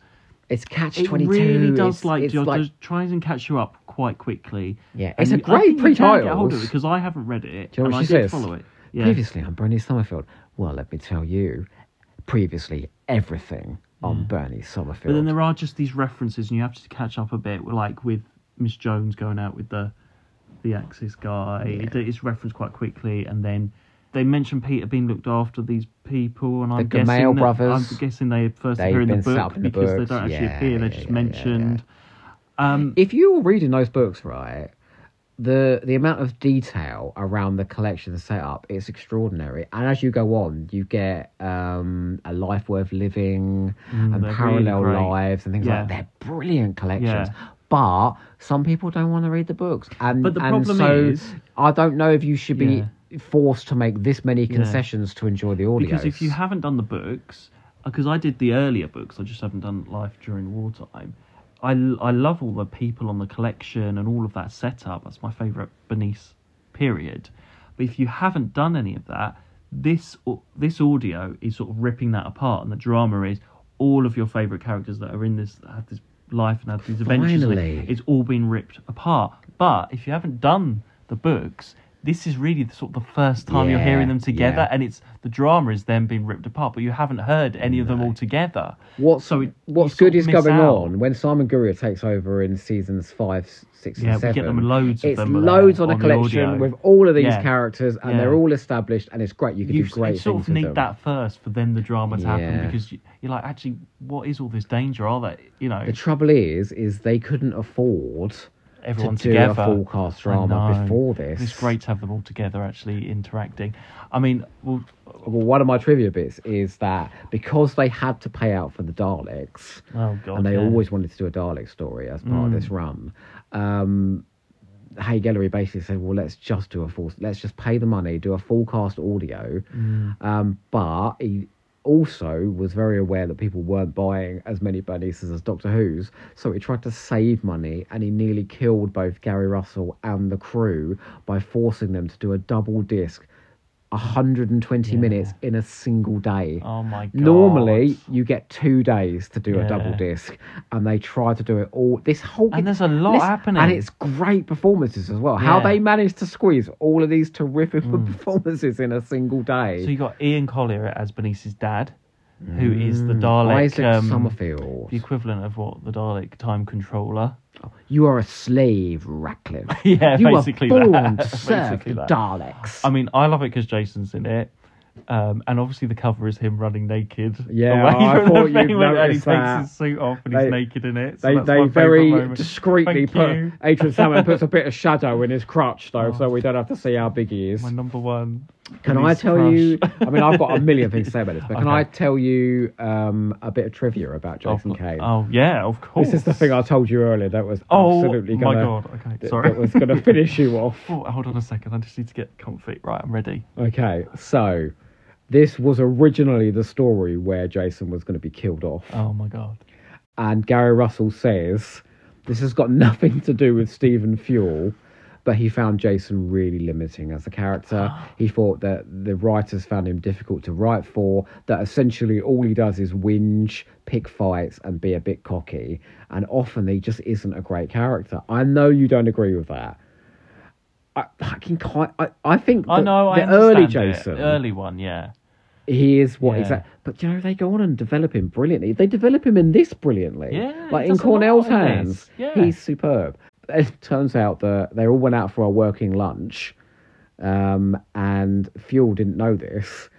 Speaker 2: It's catch
Speaker 1: it
Speaker 2: twenty two.
Speaker 1: really does like,
Speaker 2: it's
Speaker 1: just tries and catch you up quite quickly.
Speaker 2: Yeah,
Speaker 1: And
Speaker 2: it's a
Speaker 1: you- I
Speaker 2: great
Speaker 1: think you can get hold of
Speaker 2: pre-titles.
Speaker 1: it because I haven't read it
Speaker 2: you know
Speaker 1: and
Speaker 2: what
Speaker 1: I
Speaker 2: she
Speaker 1: did
Speaker 2: says?
Speaker 1: follow it. Yeah.
Speaker 2: Previously on Bernie Summerfield. Well, let me tell you, previously everything on Bernie
Speaker 1: Hmm. But
Speaker 2: Summerfield.
Speaker 1: then there are just these references, and you have to catch up a bit, like with Miss Jones going out with the the Axis guy. It- It's referenced quite quickly, and then they mention Peter being looked after these people, and I'm
Speaker 2: The
Speaker 1: guessing
Speaker 2: Gamail
Speaker 1: that-
Speaker 2: brothers.
Speaker 1: I'm guessing they first
Speaker 2: They've
Speaker 1: appear in the
Speaker 2: been set
Speaker 1: book
Speaker 2: up in the
Speaker 1: because
Speaker 2: books.
Speaker 1: they don't actually
Speaker 2: Yeah,
Speaker 1: appear; they're
Speaker 2: yeah,
Speaker 1: just
Speaker 2: yeah, yeah, yeah.
Speaker 1: mentioned. Um,
Speaker 2: if you were reading those books right the the amount of detail around the collection setup is extraordinary and as you go on you get um a life worth living and
Speaker 1: Mm, they're really
Speaker 2: parallel
Speaker 1: great.
Speaker 2: lives and things
Speaker 1: Yeah.
Speaker 2: like that they're brilliant collections
Speaker 1: Yeah.
Speaker 2: but some people don't want to read the books and
Speaker 1: But the
Speaker 2: and
Speaker 1: problem
Speaker 2: so
Speaker 1: is-
Speaker 2: i don't know if you should be forced to make this many
Speaker 1: Yeah.
Speaker 2: concessions to enjoy the audio
Speaker 1: Because if you haven't done the books, because I did the earlier books, I just haven't done Life During Wartime. I, I love all the people on the collection and all of that setup. That's my favourite Bernice period. But if you haven't done any of that, this au- this audio is sort of ripping that apart, and the drama is all of your favourite characters that are in this have this life and have these adventures. and
Speaker 2: Finally.
Speaker 1: It's all been ripped apart. But if you haven't done the books, this is really the, sort of the first time you're
Speaker 2: Yeah,
Speaker 1: hearing them together,
Speaker 2: yeah.
Speaker 1: and it's the drama is then being ripped apart, but you haven't heard any of them all together.
Speaker 2: What's
Speaker 1: So it- you
Speaker 2: what's
Speaker 1: sort
Speaker 2: good
Speaker 1: of
Speaker 2: is
Speaker 1: miss
Speaker 2: going
Speaker 1: out.
Speaker 2: on when Simon Guria takes over in seasons five, s- six,
Speaker 1: Yeah,
Speaker 2: and
Speaker 1: we get
Speaker 2: seven.
Speaker 1: them loads of
Speaker 2: it's
Speaker 1: them, uh,
Speaker 2: loads on a
Speaker 1: on the
Speaker 2: collection
Speaker 1: audio.
Speaker 2: with all of these
Speaker 1: Yeah.
Speaker 2: characters, and
Speaker 1: Yeah.
Speaker 2: they're all established, and it's great. You can
Speaker 1: You,
Speaker 2: do great
Speaker 1: you sort
Speaker 2: things
Speaker 1: of need
Speaker 2: with them.
Speaker 1: that first for then the drama to happen
Speaker 2: Yeah.
Speaker 1: because you, you're like, actually, what is all this danger? Are they, you know,
Speaker 2: The trouble is, is they couldn't afford
Speaker 1: everyone
Speaker 2: to do
Speaker 1: together?
Speaker 2: a full cast
Speaker 1: I
Speaker 2: drama
Speaker 1: know.
Speaker 2: before this.
Speaker 1: It's great to have them all together actually interacting. I mean, well,
Speaker 2: Well, one of my trivia bits is that because they had to pay out for the Daleks,
Speaker 1: oh god,
Speaker 2: and they
Speaker 1: yeah. Mm.
Speaker 2: always wanted to do a Dalek story as part of this run. Um, Hay Gallery basically said, "Well, let's just do a full, let's just pay the money, do a full cast audio."
Speaker 1: Mm.
Speaker 2: Um, but he also was very aware that people weren't buying as many Bernices as Doctor Who's, so he tried to save money, and he nearly killed both Gary Russell and the crew by forcing them to do a double disc. 120 minutes in a single day.
Speaker 1: Oh my god.
Speaker 2: Normally, you get two days to do a double
Speaker 1: Yeah.
Speaker 2: disc, and they try to do it all. This whole
Speaker 1: And there's a lot happening.
Speaker 2: and it's great performances as well. How
Speaker 1: Yeah. Mm.
Speaker 2: they managed to squeeze all of these terrific performances in a single day.
Speaker 1: So you got Ian Collier as Benice's dad, who is the Dalek,
Speaker 2: Mm. Isaac
Speaker 1: um,
Speaker 2: Summerfield,
Speaker 1: the equivalent of what the Dalek time controller.
Speaker 2: you are a slave, Ratcliffe.
Speaker 1: Yeah,
Speaker 2: you
Speaker 1: basically
Speaker 2: were born
Speaker 1: that.
Speaker 2: to serve
Speaker 1: Basically
Speaker 2: the
Speaker 1: that. Um,
Speaker 2: Daleks.
Speaker 1: I mean, I love it because Jason's in it. Um, and obviously, the cover is him running naked.
Speaker 2: Yeah,
Speaker 1: away
Speaker 2: I
Speaker 1: from
Speaker 2: thought
Speaker 1: the
Speaker 2: you'd
Speaker 1: thing when- and he takes
Speaker 2: noticed that.
Speaker 1: his suit off and
Speaker 2: They-
Speaker 1: he's naked in it. So
Speaker 2: they
Speaker 1: that's
Speaker 2: they
Speaker 1: my favourite
Speaker 2: very
Speaker 1: moment.
Speaker 2: discreetly
Speaker 1: Thank
Speaker 2: put
Speaker 1: you.
Speaker 2: Adrian Salmon puts a bit of shadow in his crotch though, so we don't have to see how big he is.
Speaker 1: my number one.
Speaker 2: Can I
Speaker 1: Denise
Speaker 2: tell
Speaker 1: crush.
Speaker 2: you? I mean, I've got a million things to say about this, but can
Speaker 1: Okay.
Speaker 2: I tell you um, a bit of trivia about Jason Kane?
Speaker 1: Oh yeah, of course.
Speaker 2: this is the thing I told you earlier that was
Speaker 1: Oh
Speaker 2: absolutely
Speaker 1: my
Speaker 2: gonna,
Speaker 1: god. Okay,
Speaker 2: that-
Speaker 1: sorry.
Speaker 2: that was going to finish you off.
Speaker 1: Oh, hold on a second. I just need to get comfy. Right, I'm ready.
Speaker 2: Okay, so this was originally the story where Jason was going to be killed off,
Speaker 1: Oh my god.
Speaker 2: and Gary Russell says this has got nothing to do with Stephen Fuel. But he found Jason really limiting as a character. He thought that the writers found him difficult to write for, that essentially all he does is whinge, pick fights, and be a bit cocky. And often he just isn't a great character. I know you don't agree with that. I, I can quite, I, I think
Speaker 1: I
Speaker 2: that
Speaker 1: know.
Speaker 2: the
Speaker 1: I
Speaker 2: early
Speaker 1: understand it.
Speaker 2: Jason,
Speaker 1: The early one, yeah.
Speaker 2: he is what
Speaker 1: Yeah.
Speaker 2: exactly. But you know, they go on and develop him brilliantly. They develop him in this brilliantly.
Speaker 1: Yeah,
Speaker 2: like
Speaker 1: he
Speaker 2: in
Speaker 1: does a lot
Speaker 2: Cornell's
Speaker 1: in this.
Speaker 2: hands,
Speaker 1: Yeah.
Speaker 2: he's superb. It turns out that they all went out for a working lunch, um, and Fuel didn't know this.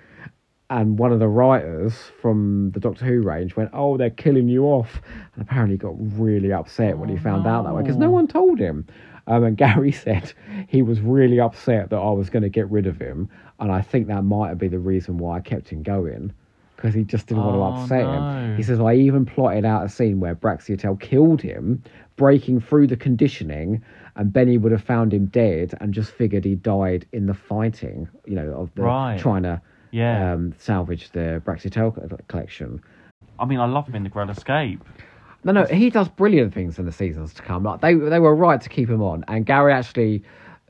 Speaker 2: And one of the writers from the Doctor Who range went, "Oh, they're killing you off," and apparently got really upset when he found out that way because no
Speaker 1: Oh, no.
Speaker 2: one told him. Um, and Gary said he was really upset that I was going to get rid of him, and I think that might have been the reason why I kept him going because he just didn't want to
Speaker 1: Oh,
Speaker 2: upset
Speaker 1: no.
Speaker 2: him. He says, I even plotted out a scene where Braxiatel killed him, breaking through the conditioning, and Benny would have found him dead and just figured he died in the fighting, you know, of the
Speaker 1: Right.
Speaker 2: trying to
Speaker 1: Yeah.
Speaker 2: um, salvage the Braxiatel co- collection.
Speaker 1: I mean, I love him in The Great Escape.
Speaker 2: No, no, he does brilliant things in the seasons to come. Like they, they were right to keep him on. And Gary actually,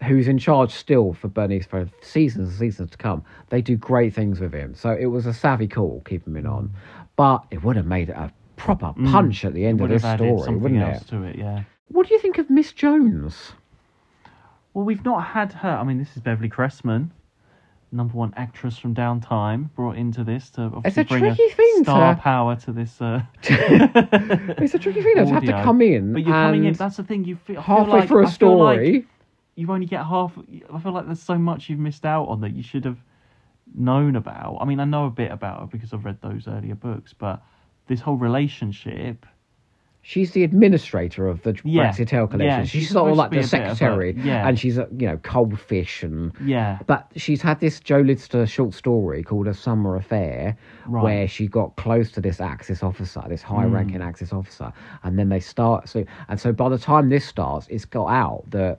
Speaker 2: who's in charge still for Bernice for seasons and seasons to come, they do great things with him. So it was a savvy call keeping him on, but it would have made it a proper punch at the end of
Speaker 1: Mm. Would
Speaker 2: this
Speaker 1: have added
Speaker 2: story,
Speaker 1: something
Speaker 2: wouldn't
Speaker 1: else
Speaker 2: it?
Speaker 1: to it, yeah.
Speaker 2: What do you think of Miss Jones?
Speaker 1: Well, we've not had her. I mean, this is Beverly Cressman, number one actress from Downtime, brought into this to obviously
Speaker 2: a
Speaker 1: bring a
Speaker 2: tricky thing
Speaker 1: star
Speaker 2: to-
Speaker 1: power to this. Uh,
Speaker 2: It's a tricky thing though, to have to
Speaker 1: audio.
Speaker 2: come in.
Speaker 1: But you're coming in.
Speaker 2: and
Speaker 1: That's the thing. You feel I feel
Speaker 2: halfway
Speaker 1: like-
Speaker 2: through
Speaker 1: I
Speaker 2: a
Speaker 1: feel like
Speaker 2: story.
Speaker 1: you only get half. I feel like there's so much you've missed out on that you should have known about. I mean, I know a bit about her because I've read those earlier books, but this whole relationship.
Speaker 2: She's the administrator of the
Speaker 1: Yeah.
Speaker 2: Braxiatel collection.
Speaker 1: Yeah,
Speaker 2: she's,
Speaker 1: she's
Speaker 2: sort of
Speaker 1: supposed
Speaker 2: like
Speaker 1: to be
Speaker 2: the
Speaker 1: a bit of a-
Speaker 2: secretary,
Speaker 1: yeah.
Speaker 2: and she's a you know cold fish and
Speaker 1: Yeah.
Speaker 2: But she's had this Joe Lidster short story called A Summer Affair,
Speaker 1: Right. Hmm.
Speaker 2: where she got close to this Axis officer, this high ranking Axis officer, and then they start. So and so by the time this starts, it's got out that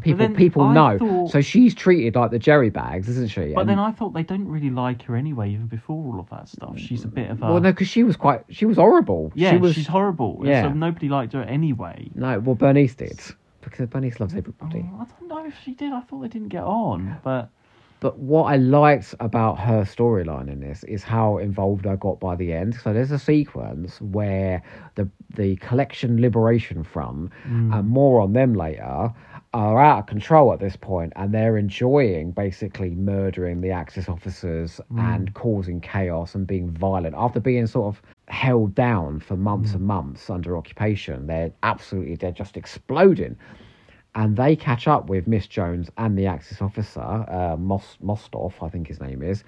Speaker 2: people
Speaker 1: then
Speaker 2: people
Speaker 1: I
Speaker 2: know.
Speaker 1: thought-
Speaker 2: So she's treated like the Jerry Bags, isn't she?
Speaker 1: But
Speaker 2: And-
Speaker 1: then I thought they didn't really like her anyway, even before all of that stuff. She's a bit of a.
Speaker 2: well, no, because she was quite she was horrible.
Speaker 1: yeah,
Speaker 2: she was
Speaker 1: she's horrible. and
Speaker 2: yeah.
Speaker 1: So nobody liked her anyway.
Speaker 2: no. Well, Bernice did because Bernice loves everybody.
Speaker 1: Oh, I don't know if she did. I thought they didn't get on, but
Speaker 2: But what I liked about her storyline in this is how involved I got by the end. So there's a sequence where the the collection liberation front and more on them later are out of control at this point and they're enjoying basically murdering the Axis officers and causing chaos and being violent after being sort of held down for months and months under occupation. They're absolutely they're just exploding and they catch up with Miss Jones and the Axis officer, uh, Mos- Mostoff, I think his name is,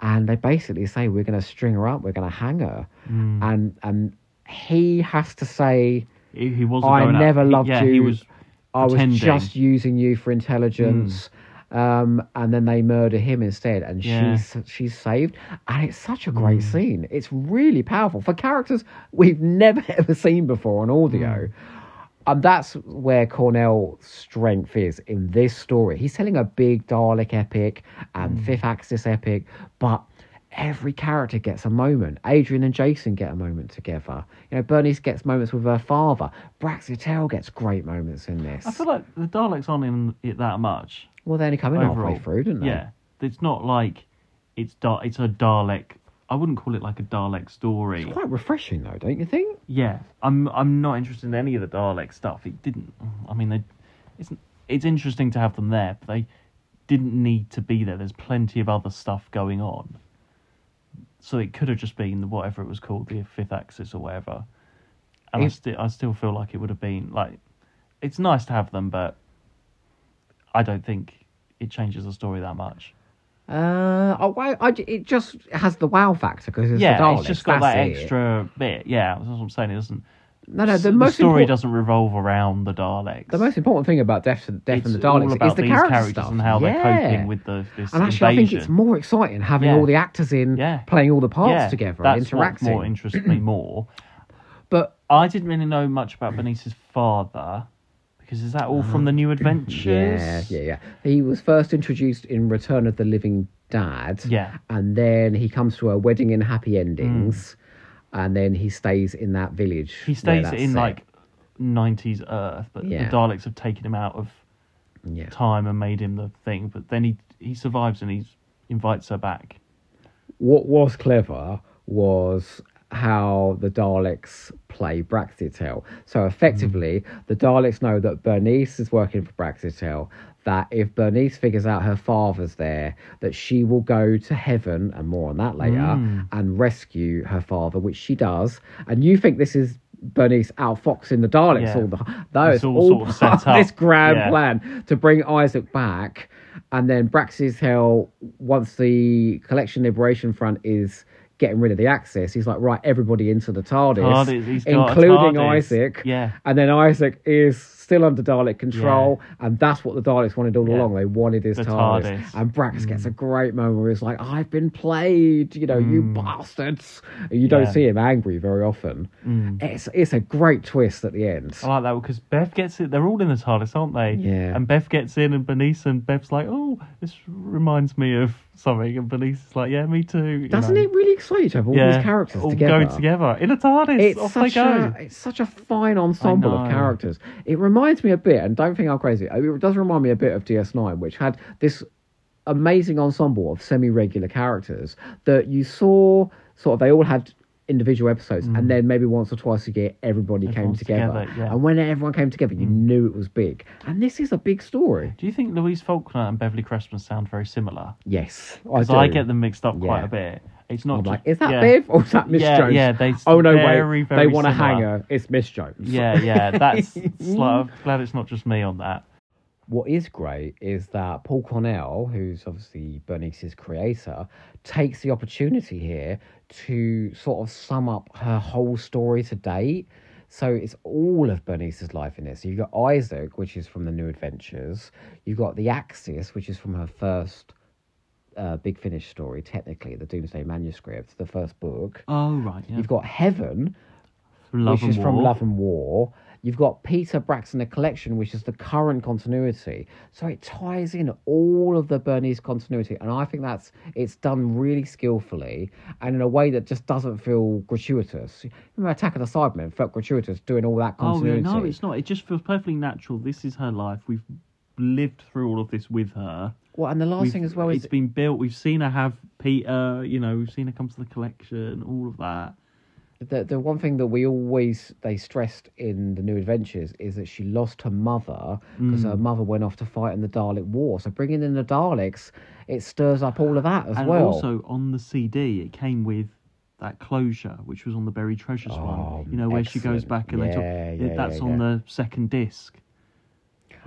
Speaker 2: and they basically say, "We're going to string her up. We're going to hang her,"
Speaker 1: Hmm.
Speaker 2: and and he has to say,
Speaker 1: he, he wasn't.
Speaker 2: "I
Speaker 1: going out-
Speaker 2: never
Speaker 1: he-
Speaker 2: loved
Speaker 1: yeah,
Speaker 2: you.
Speaker 1: He was.
Speaker 2: I
Speaker 1: pretending." Hmm.
Speaker 2: was just using you for intelligence." Um, and then they murder him instead, and
Speaker 1: Yeah. Hmm.
Speaker 2: she's she's saved. And it's such a great scene. It's really powerful for characters we've never ever seen before on audio.
Speaker 1: Hmm.
Speaker 2: And that's where Cornell's strength is in this story. He's telling a big Dalek epic
Speaker 1: Hmm.
Speaker 2: and Fifth Axis epic, but every character gets a moment. Adrian and Jason get a moment together. You know, Bernice gets moments with her father. Braxiatel gets great moments in this.
Speaker 1: I feel like the Daleks aren't in it that much.
Speaker 2: well, they only come in
Speaker 1: overall.
Speaker 2: halfway through, didn't they?
Speaker 1: Yeah, it's not like it's da- It's a Dalek. I wouldn't call it like a Dalek story.
Speaker 2: It's quite refreshing, though, don't you think?
Speaker 1: Yeah, I'm. I'm not interested in any of the Dalek stuff. It didn't. I mean, they. It's. It's interesting to have them there, but they didn't need to be there. There's plenty of other stuff going on. So it could have just been the whatever it was called, the Fifth Axis or whatever. And I
Speaker 2: It-
Speaker 1: still, I still feel like it would have been like. It's nice to have them, but I don't think it changes the story that much.
Speaker 2: Uh, oh, I, I, it just has the wow factor because it's the
Speaker 1: yeah,
Speaker 2: Daleks.
Speaker 1: it's just got
Speaker 2: that's
Speaker 1: that
Speaker 2: it.
Speaker 1: extra bit. Yeah, that's what I'm saying. It doesn't.
Speaker 2: No, no,
Speaker 1: s-
Speaker 2: the, most
Speaker 1: story
Speaker 2: important-
Speaker 1: doesn't revolve around the Daleks.
Speaker 2: The most important thing about Death, and- Death
Speaker 1: it's
Speaker 2: and the Daleks
Speaker 1: all about
Speaker 2: is the
Speaker 1: these
Speaker 2: character
Speaker 1: characters
Speaker 2: stuff.
Speaker 1: and how
Speaker 2: Yeah.
Speaker 1: they're coping with the, this
Speaker 2: And actually,
Speaker 1: invasion.
Speaker 2: I think it's more exciting having
Speaker 1: Yeah.
Speaker 2: all the actors in
Speaker 1: Yeah.
Speaker 2: playing all the parts
Speaker 1: yeah,
Speaker 2: together
Speaker 1: that's
Speaker 2: and interacting.
Speaker 1: What more interests me more.
Speaker 2: but
Speaker 1: I didn't really know much about Bernice's father because is that all from the New Adventures?
Speaker 2: yeah, yeah, yeah. He was first introduced in Return of the Living Dad.
Speaker 1: Yeah. Hmm.
Speaker 2: And then he comes to a wedding in Happy Endings. And then he stays in that village.
Speaker 1: He
Speaker 2: where
Speaker 1: stays
Speaker 2: that's
Speaker 1: in
Speaker 2: set.
Speaker 1: like '90s Earth, but
Speaker 2: Yeah.
Speaker 1: the Daleks have taken him out of
Speaker 2: Yeah.
Speaker 1: time and made him the thing. But then he he survives and he invites her back.
Speaker 2: What was clever was how the Daleks play Braxiatel. So effectively, the Daleks know that Bernice is working for Braxiatel. That if Bernice figures out her father's there, that she will go to heaven, and more on that later, and rescue her father, which she does. And you think this is Bernice outfoxing the Daleks
Speaker 1: Yeah.
Speaker 2: all the no, it's,
Speaker 1: It's all
Speaker 2: all,
Speaker 1: sort of set
Speaker 2: part of this
Speaker 1: up.
Speaker 2: grand
Speaker 1: Yeah.
Speaker 2: plan to bring Isaac back, and then Braxiatel, once the Collection Liberation Front is getting rid of the Axis. He's like, right, everybody into the TARDIS,
Speaker 1: TARDIS, he's got a
Speaker 2: including
Speaker 1: TARDIS.
Speaker 2: Isaac.
Speaker 1: Yeah.
Speaker 2: And then Isaac is still under Dalek control, and that's what the Daleks wanted all
Speaker 1: Yeah.
Speaker 2: along. They wanted his
Speaker 1: The
Speaker 2: TARDIS.
Speaker 1: TARDIS. Mm.
Speaker 2: And Brax gets a great moment where he's like, I've been played, you know, you bastards. You don't
Speaker 1: Yeah. Mm.
Speaker 2: see him angry very often. It's, it's a great twist at the end.
Speaker 1: I like that because Beth gets it. They're all in the TARDIS, aren't they?
Speaker 2: Yeah.
Speaker 1: And Beth gets in, and Bernice and Beth's like, "Oh, this reminds me of something," and Bernice is like, "Yeah, me too." you
Speaker 2: Doesn't
Speaker 1: know.
Speaker 2: it really excite you to have all these characters
Speaker 1: all
Speaker 2: together?
Speaker 1: going together in a TARDIS.
Speaker 2: It's
Speaker 1: off
Speaker 2: such,
Speaker 1: they go.
Speaker 2: a, it's such a fine ensemble
Speaker 1: I
Speaker 2: of
Speaker 1: know.
Speaker 2: characters. It reminds me a bit, and don't think I'm crazy, it does remind me a bit of DS9, which had this amazing ensemble of semi regular characters that you saw sort of, they all had individual episodes, and then maybe once or twice a year, everybody came
Speaker 1: Everyone's
Speaker 2: together.
Speaker 1: Mm. together, yeah. Mm.
Speaker 2: And when everyone came together, you knew it was big. And this is a big story.
Speaker 1: Do you think Louise Faulkner and Beverly Crespin sound very similar?
Speaker 2: Yes. I,
Speaker 1: Because
Speaker 2: do.
Speaker 1: I, get them mixed up quite
Speaker 2: Yeah.
Speaker 1: a bit. It's not
Speaker 2: I'm
Speaker 1: just,
Speaker 2: like, is that
Speaker 1: yeah.
Speaker 2: Viv or is that Miss
Speaker 1: Yeah,
Speaker 2: Jones?
Speaker 1: yeah, they-
Speaker 2: oh no,
Speaker 1: very,
Speaker 2: wait,
Speaker 1: very
Speaker 2: they want to
Speaker 1: similar.
Speaker 2: hang her. It's Miss Jones.
Speaker 1: Yeah, yeah. That's slow. I'm glad it's not just me on that.
Speaker 2: What is great is that Paul Cornell, who's obviously Bernice's creator, takes the opportunity here to sort of sum up her whole story to date. So it's all of Bernice's life in this. You've got Isaac, which is from the New Adventures. You've got the Axis, which is from her first uh, Big Finish story, technically the Doomsday Manuscript, the first book.
Speaker 1: Oh right, yeah.
Speaker 2: You've got Heaven,
Speaker 1: Love
Speaker 2: which is
Speaker 1: and
Speaker 2: from
Speaker 1: War.
Speaker 2: Love and War. You've got Peter Braxton the Collection, which is the current continuity. So it ties in all of the Bernese continuity, and I think that's it's done really skillfully and in a way that just doesn't feel gratuitous. Remember Attack of the Cybermen felt gratuitous doing all that
Speaker 1: Oh yeah,
Speaker 2: continuity.
Speaker 1: no, it's not. It just feels perfectly natural. This is her life. We've lived through all of this with her.
Speaker 2: Well, and the last
Speaker 1: We've-
Speaker 2: thing as well
Speaker 1: it's
Speaker 2: is
Speaker 1: been built. We've seen her have Peter. You know, we've seen her come to the collection. All of that.
Speaker 2: the the one thing that we always they stressed in the new adventures is that she lost her mother because
Speaker 1: Mm.
Speaker 2: her mother went off to fight in the Dalek War. So bringing in the Daleks, it stirs up all of that as
Speaker 1: and
Speaker 2: well.
Speaker 1: also on the CD, it came with that closure, which was on the buried treasures
Speaker 2: Oh,
Speaker 1: one. You know, where she goes
Speaker 2: excellent.
Speaker 1: back and they talk.
Speaker 2: Yeah, yeah,
Speaker 1: that's
Speaker 2: yeah,
Speaker 1: on the second disc.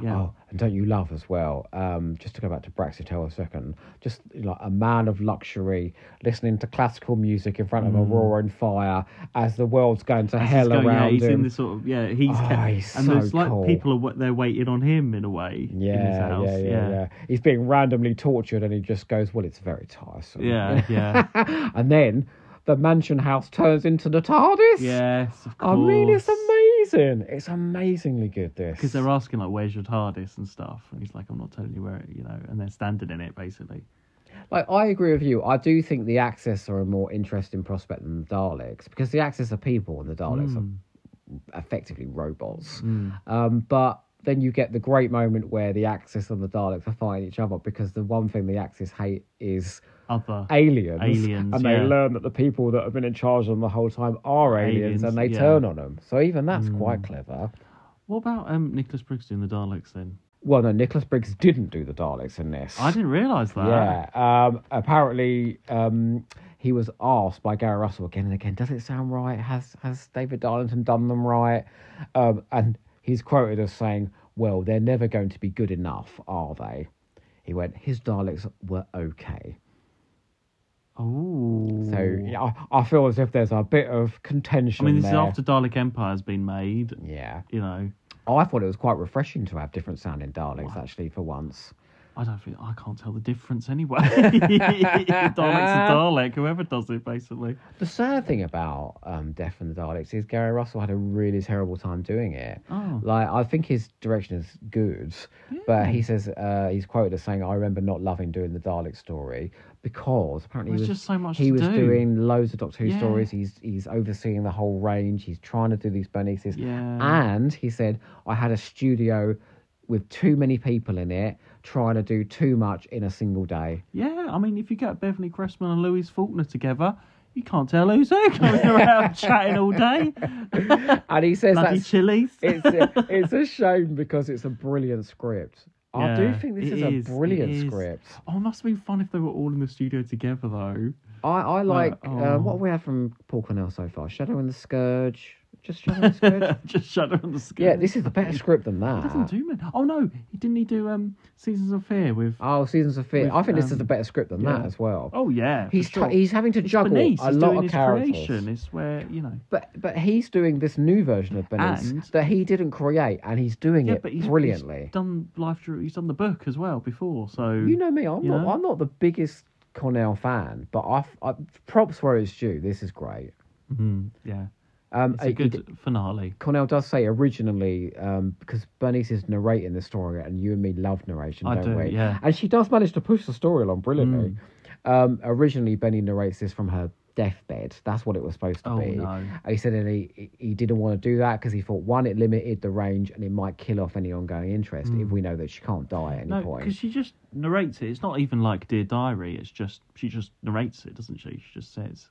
Speaker 1: Yeah.
Speaker 2: Oh, and don't you love as well? Um, just to go back to Braxitel a second, just like a man of luxury listening to classical music in front of a roaring fire as the world's going to
Speaker 1: He's
Speaker 2: hell
Speaker 1: Mm. going-
Speaker 2: around
Speaker 1: yeah, he's
Speaker 2: him.
Speaker 1: in this sort of yeah. He's
Speaker 2: Oh,
Speaker 1: kept,
Speaker 2: he's
Speaker 1: and
Speaker 2: so
Speaker 1: there's like
Speaker 2: cool.
Speaker 1: people are wa- they're waiting on him in a way. in his
Speaker 2: yeah,
Speaker 1: house.
Speaker 2: yeah, yeah, yeah, He's being randomly tortured, and he just goes, "Well, it's very tiresome."
Speaker 1: yeah, yeah.
Speaker 2: and then the mansion house turns into the TARDIS.
Speaker 1: yes, of
Speaker 2: I
Speaker 1: course.
Speaker 2: mean, it's amazing. It's amazingly good. This
Speaker 1: because they're asking like, "Where's your TARDIS?" and stuff, and he's like, "I'm not telling you where," it, you know, and they're standing in it basically.
Speaker 2: Like I agree with you. I do think the Axis are a more interesting prospect than the Daleks because the Axis are people and the Daleks
Speaker 1: Mm.
Speaker 2: are effectively robots. Um, but then you get the great moment where the Axis and the Daleks are fighting each other because the one thing the Axis hate is
Speaker 1: Other
Speaker 2: aliens,
Speaker 1: Aliens,
Speaker 2: and they
Speaker 1: yeah.
Speaker 2: learn that the people that have been in charge of them the whole time are aliens,
Speaker 1: Aliens,
Speaker 2: and they
Speaker 1: yeah. Mm.
Speaker 2: turn on them. So even that's quite clever.
Speaker 1: What about um, Nicholas Briggs doing the Daleks then?
Speaker 2: Well, no, Nicholas Briggs didn't do the Daleks in this.
Speaker 1: I didn't realise that.
Speaker 2: Yeah. Um, apparently, um, he was asked by Gary Russell again and again, "Does it sound right? Has has David Darlington done them right?" Um, and he's quoted as saying, "Well, they're never going to be good enough, are they?" He went, "His Daleks were okay."
Speaker 1: Oh.
Speaker 2: So yeah, I, I feel as if there's a bit of
Speaker 1: I
Speaker 2: contention.
Speaker 1: mean, this is
Speaker 2: there.
Speaker 1: after Dalek Empire's been made.
Speaker 2: Yeah,
Speaker 1: You know,
Speaker 2: oh, I thought it was quite refreshing to have different sounding Daleks actually for once.
Speaker 1: I don't think I can't tell the difference anyway. Dalek's a Dalek, whoever does it basically.
Speaker 2: The sad thing about um, Death and the Daleks is Gary Russell had a really terrible time doing it.
Speaker 1: Oh.
Speaker 2: Like, I think his direction is good, but he says uh, he's quoted as saying, "I remember not loving doing the Dalek story because apparently
Speaker 1: There's
Speaker 2: he was,
Speaker 1: just so much
Speaker 2: he
Speaker 1: to
Speaker 2: was
Speaker 1: do."
Speaker 2: doing loads of Doctor Who
Speaker 1: Yeah.
Speaker 2: stories. He's he's overseeing the whole range. He's trying to do these Bernices,
Speaker 1: Yeah.
Speaker 2: and he said, "I had a studio with too many people in it, trying to do too much in a single day."
Speaker 1: Yeah, I mean, if you get Beverly Cressman and Louise Faulkner together, you can't tell who's who coming around chatting all day.
Speaker 2: And he says
Speaker 1: Bloody
Speaker 2: that's
Speaker 1: chilies.
Speaker 2: it's a, it's a shame because it's a brilliant script. I do
Speaker 1: Yeah,
Speaker 2: think this
Speaker 1: it
Speaker 2: is,
Speaker 1: is,
Speaker 2: a
Speaker 1: it
Speaker 2: brilliant
Speaker 1: is.
Speaker 2: script.
Speaker 1: Oh, it must have been fun if they were all in the studio together, though.
Speaker 2: I, I like uh,
Speaker 1: oh.
Speaker 2: what we have from Paul Cornell so far: Shadow and the Scourge, Just Shadow is good.
Speaker 1: Just Shadow on the Scourge.
Speaker 2: yeah, this is a better script than that.
Speaker 1: He doesn't do many. Oh no, he didn't he do um Seasons of Fear with?
Speaker 2: Oh, Seasons of Fear.
Speaker 1: With,
Speaker 2: I think this is
Speaker 1: um,
Speaker 2: a better script than that
Speaker 1: yeah.
Speaker 2: as well.
Speaker 1: Oh yeah, for
Speaker 2: he's
Speaker 1: sure.
Speaker 2: try- he's having to
Speaker 1: It's
Speaker 2: juggle
Speaker 1: Bernice,
Speaker 2: a
Speaker 1: he's
Speaker 2: lot
Speaker 1: doing
Speaker 2: of
Speaker 1: his
Speaker 2: characters.
Speaker 1: creation. It's where you know.
Speaker 2: But but he's doing this new version of Bernice
Speaker 1: And-
Speaker 2: that he didn't create, and he's doing
Speaker 1: Yeah,
Speaker 2: it
Speaker 1: but he's
Speaker 2: brilliantly.
Speaker 1: he's done life. Drew, he's done the book as well before. So
Speaker 2: you know me, I'm
Speaker 1: you
Speaker 2: not
Speaker 1: know?
Speaker 2: I'm not the biggest Cornell fan, but I, I props where it's due. This is great.
Speaker 1: Mhm, yeah,
Speaker 2: Um,
Speaker 1: it's
Speaker 2: he-
Speaker 1: a
Speaker 2: he
Speaker 1: good
Speaker 2: d-
Speaker 1: finale.
Speaker 2: Cornell does say originally um, because Bernice is narrating the story, and you and me love narration,
Speaker 1: I do,
Speaker 2: don't we?
Speaker 1: yeah. Mm.
Speaker 2: And she does manage to push the story along brilliantly. Um, originally, Benny narrates this from her deathbed. That's what it was supposed to
Speaker 1: Oh
Speaker 2: be.
Speaker 1: no.
Speaker 2: He said that he, he didn't want to do that because he thought one, it limited the range and it might kill off any ongoing interest if we know that she can't die at any
Speaker 1: Mm. No,
Speaker 2: point.
Speaker 1: because she just narrates it. It's not even like Dear Diary. It's just she just narrates it, doesn't she? She just says,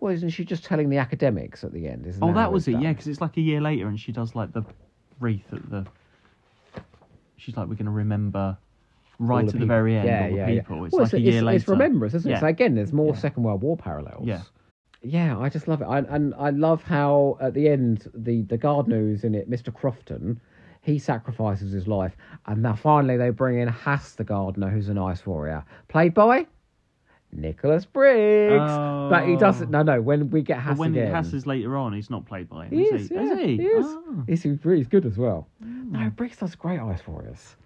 Speaker 2: Well, isn't she just telling the academics at the end? Isn't
Speaker 1: "Oh,
Speaker 2: how
Speaker 1: that was
Speaker 2: it's
Speaker 1: it, yeah."
Speaker 2: done?
Speaker 1: Because it's like a year later, and she does like the wreath at the. She's like, "We're going to remember
Speaker 2: All
Speaker 1: right at the
Speaker 2: peop-
Speaker 1: very end,
Speaker 2: yeah,
Speaker 1: all the
Speaker 2: yeah, yeah.
Speaker 1: people." It's
Speaker 2: Well,
Speaker 1: like a year
Speaker 2: it's,
Speaker 1: later.
Speaker 2: It's remembrance, isn't it?
Speaker 1: Yeah.
Speaker 2: So again, there's more
Speaker 1: Yeah.
Speaker 2: Second World War parallels.
Speaker 1: Yeah.
Speaker 2: Yeah, I just love it. I, and I love how at the end, the, the gardener who's in it, Mr. Crofton, he sacrifices his life. And now finally they bring in Hass the gardener, who's an ice warrior, played by Nicholas Briggs. But he doesn't. No, no, when we get Hass
Speaker 1: Oh. But when
Speaker 2: again.
Speaker 1: it Hass is later on, he's not played by him.
Speaker 2: He
Speaker 1: is,
Speaker 2: is,
Speaker 1: he?
Speaker 2: yeah,
Speaker 1: he?
Speaker 2: he is.
Speaker 1: Ah. Hmm.
Speaker 2: He's, he's good as well. No, Briggs does great ice warriors.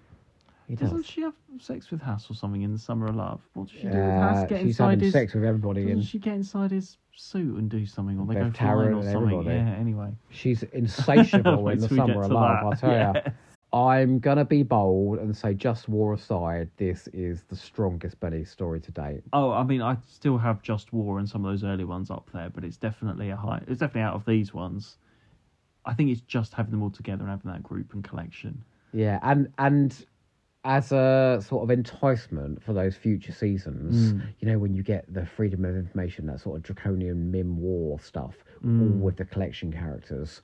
Speaker 2: He does.
Speaker 1: Doesn't she have sex with Hass or something in the Summer of Love? What does she do with
Speaker 2: Uh,
Speaker 1: Hass? Get
Speaker 2: she's
Speaker 1: inside
Speaker 2: having
Speaker 1: his
Speaker 2: sex with everybody,
Speaker 1: Doesn't
Speaker 2: and
Speaker 1: she get inside his suit and do something, or they go flying
Speaker 2: Bev Tarrant
Speaker 1: or
Speaker 2: and
Speaker 1: something?
Speaker 2: everybody.
Speaker 1: Yeah. Anyway,
Speaker 2: she's insatiable in
Speaker 1: Wait
Speaker 2: the
Speaker 1: till we get
Speaker 2: summer of
Speaker 1: to
Speaker 2: love. I
Speaker 1: that.
Speaker 2: tell ya.
Speaker 1: Yeah.
Speaker 2: I'm gonna be bold and say, just war aside, this is the strongest Benny story to date.
Speaker 1: Oh, I mean, I still have Just War and some of those early ones up there, but it's definitely a high. It's definitely out of these ones. I think it's just having them all together and having that group and collection.
Speaker 2: Yeah, and and as a sort of enticement for those future seasons,
Speaker 1: Mm.
Speaker 2: you know, when you get the freedom of information, that sort of draconian Mim War stuff,
Speaker 1: Mm.
Speaker 2: all with the collection characters.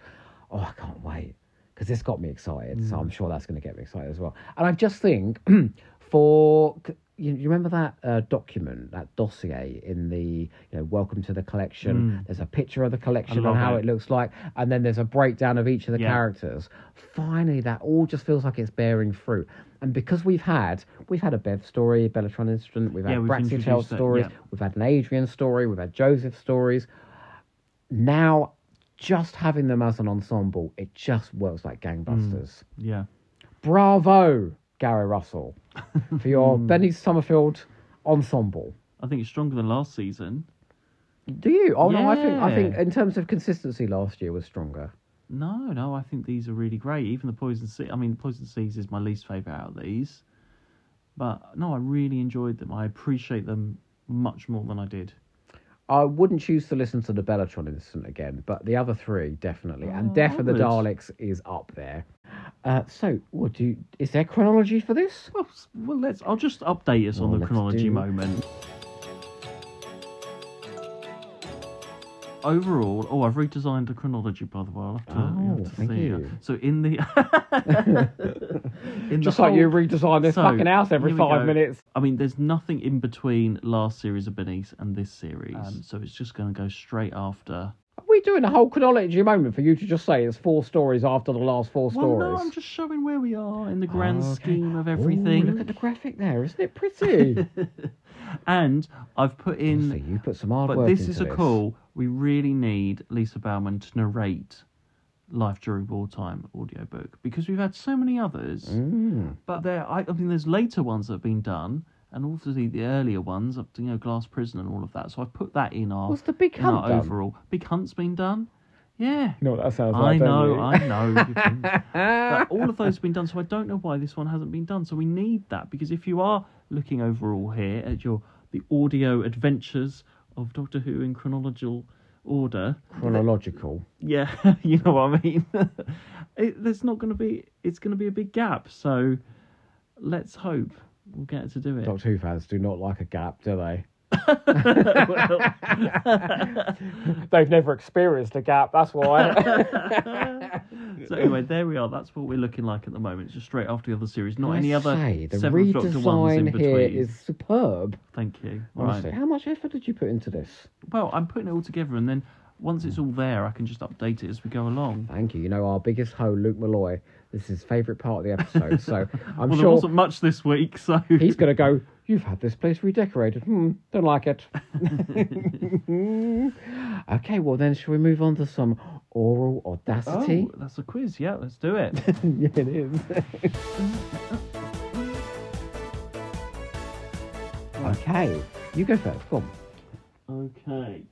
Speaker 2: Oh, I can't wait because this got me excited. So
Speaker 1: Mm.
Speaker 2: I'm sure that's going to get me excited as well. And I just think for c- you, you remember that uh, document, that dossier in the you know Welcome to the Collection. There's a picture of the collection
Speaker 1: Mm. love
Speaker 2: and how
Speaker 1: it.
Speaker 2: it looks like, and then there's a breakdown of each of the
Speaker 1: Yeah.
Speaker 2: characters. Finally, that all just feels like it's bearing fruit. And because we've had we've had a Bev story, Bellatron incident, we've had
Speaker 1: Yeah, we've
Speaker 2: Braxiatel
Speaker 1: introduced it,
Speaker 2: stories,
Speaker 1: yeah.
Speaker 2: we've had an Adrian story, we've had Joseph stories. Now, just having them as an ensemble, it just works like gangbusters.
Speaker 1: Yeah.
Speaker 2: Bravo, Gary Russell, for your
Speaker 1: Mm.
Speaker 2: Benny Summerfield ensemble.
Speaker 1: I think it's stronger than last season.
Speaker 2: Do you? Oh no, I think I
Speaker 1: Yeah.
Speaker 2: think in terms of consistency, last year was stronger.
Speaker 1: No, no, I think these are really great. Even the Poison Sea. I mean, Poison Seas is my least favourite out of these. But no, I really enjoyed them. I appreciate them much more than I did.
Speaker 2: I wouldn't choose to listen to the Bellatron incident again, but the other three definitely, and
Speaker 1: Oh,
Speaker 2: Death of the
Speaker 1: onwards.
Speaker 2: Daleks is up there. Uh, so, what do you, is there chronology for this?
Speaker 1: Well, s- well let's. I'll just update us
Speaker 2: Well,
Speaker 1: on the
Speaker 2: let's
Speaker 1: chronology
Speaker 2: do-
Speaker 1: moment. Overall, oh, I've redesigned the chronology by the way. I'll have to,
Speaker 2: Oh,
Speaker 1: you'll have to
Speaker 2: thank
Speaker 1: see
Speaker 2: you.
Speaker 1: it. So in the in
Speaker 2: Just
Speaker 1: the
Speaker 2: like you
Speaker 1: whole-
Speaker 2: redesign this
Speaker 1: So,
Speaker 2: fucking house every
Speaker 1: here we
Speaker 2: five
Speaker 1: go.
Speaker 2: minutes.
Speaker 1: I mean, there's nothing in between last series of Bernice and this series, so it's just going to go straight after.
Speaker 2: Are we doing a whole chronology moment for you to just say it's four stories after the last four
Speaker 1: Well,
Speaker 2: stories?
Speaker 1: no, I'm just showing where we are in the grand
Speaker 2: Oh, okay.
Speaker 1: scheme of
Speaker 2: Ooh,
Speaker 1: everything.
Speaker 2: look at the graphic there, isn't it pretty?
Speaker 1: And I've put in
Speaker 2: Honestly, you put some hard
Speaker 1: But
Speaker 2: work
Speaker 1: this
Speaker 2: into
Speaker 1: is a
Speaker 2: this.
Speaker 1: call. We really need Lisa Bauman to narrate Life During Wartime audiobook because we've had so many others.
Speaker 2: Mm.
Speaker 1: But there, I, I mean, there's later ones that have been done, and obviously the earlier ones, up to you know Glass Prison and all of that. So I put that in our,
Speaker 2: What's the big
Speaker 1: in our
Speaker 2: hunt done?
Speaker 1: overall. Big Hunt's been done. Yeah,
Speaker 2: You know what that sounds
Speaker 1: I
Speaker 2: like. don't
Speaker 1: know,
Speaker 2: you?
Speaker 1: I know. You've been- but all of those have been done, so I don't know why this one hasn't been done. So we need that because if you are looking overall here at your the audio adventures of Doctor Who in chronological order,
Speaker 2: Chronological.
Speaker 1: yeah, you know what I mean. it, there's not going to be it's going to be a big gap. So let's hope we'll get to do it.
Speaker 2: Doctor Who fans do not like a gap, do they? They've never experienced a gap, that's why.
Speaker 1: so anyway, there we are. That's what we're looking like at the moment. It's just straight after the other series, not any other
Speaker 2: Say, the
Speaker 1: seven Doctor ones in
Speaker 2: redesign
Speaker 1: between.
Speaker 2: here is superb.
Speaker 1: Thank you. All right.
Speaker 2: Honestly, how much effort did you put into this?
Speaker 1: Well, I'm putting it all together, and then once it's all there, I can just update it as we go along.
Speaker 2: Thank you. You know, our biggest hoe, Luke Malloy, this is his favourite part of the episode. So I'm
Speaker 1: well, there
Speaker 2: sure
Speaker 1: wasn't much this week, so
Speaker 2: he's going to go, You've had this place redecorated. Hmm, don't like it. okay, well, then, shall we move on to some oral audacity?
Speaker 1: oh, that's a quiz. Yeah, let's do it.
Speaker 2: yeah, it is. okay, you go first. Come
Speaker 1: okay.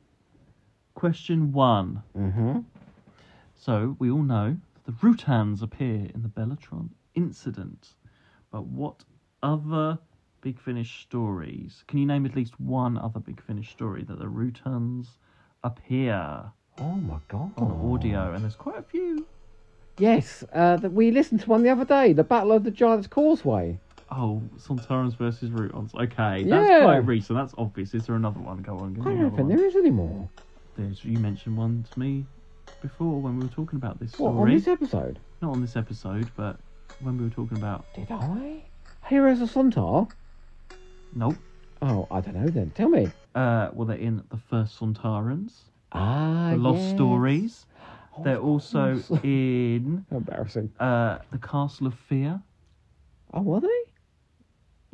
Speaker 1: Question one.
Speaker 2: on. Mm-hmm.
Speaker 1: So we all know that the Rutans appear in the Bellatron incident, but what other Big Finish stories? Can you name at least one other Big Finish story that the Rutans appear
Speaker 2: Oh my god.
Speaker 1: on audio? And there's quite a few.
Speaker 2: Yes, uh, that we listened to one the other day, the Battle of the Giants Causeway.
Speaker 1: Oh, Sontarans versus Rutans. Okay,
Speaker 2: Yeah.
Speaker 1: that's quite recent. That's obvious. Is there another one? Go on, give
Speaker 2: I
Speaker 1: me
Speaker 2: don't
Speaker 1: another
Speaker 2: think
Speaker 1: one.
Speaker 2: there is anymore.
Speaker 1: There's, you mentioned one to me before when we were talking about this
Speaker 2: What
Speaker 1: story.
Speaker 2: on this e- episode?
Speaker 1: Not on this episode, but when we were talking about.
Speaker 2: Did I? Heroes of Sontar?
Speaker 1: Nope.
Speaker 2: Oh, I don't know then. Tell me.
Speaker 1: Uh, well, they're in the first Sontarans.
Speaker 2: Ah,
Speaker 1: the Lost
Speaker 2: yes.
Speaker 1: Stories.
Speaker 2: Oh,
Speaker 1: They're
Speaker 2: of
Speaker 1: also
Speaker 2: course.
Speaker 1: in
Speaker 2: How embarrassing.
Speaker 1: uh, the Castle of Fear.
Speaker 2: Oh, were they?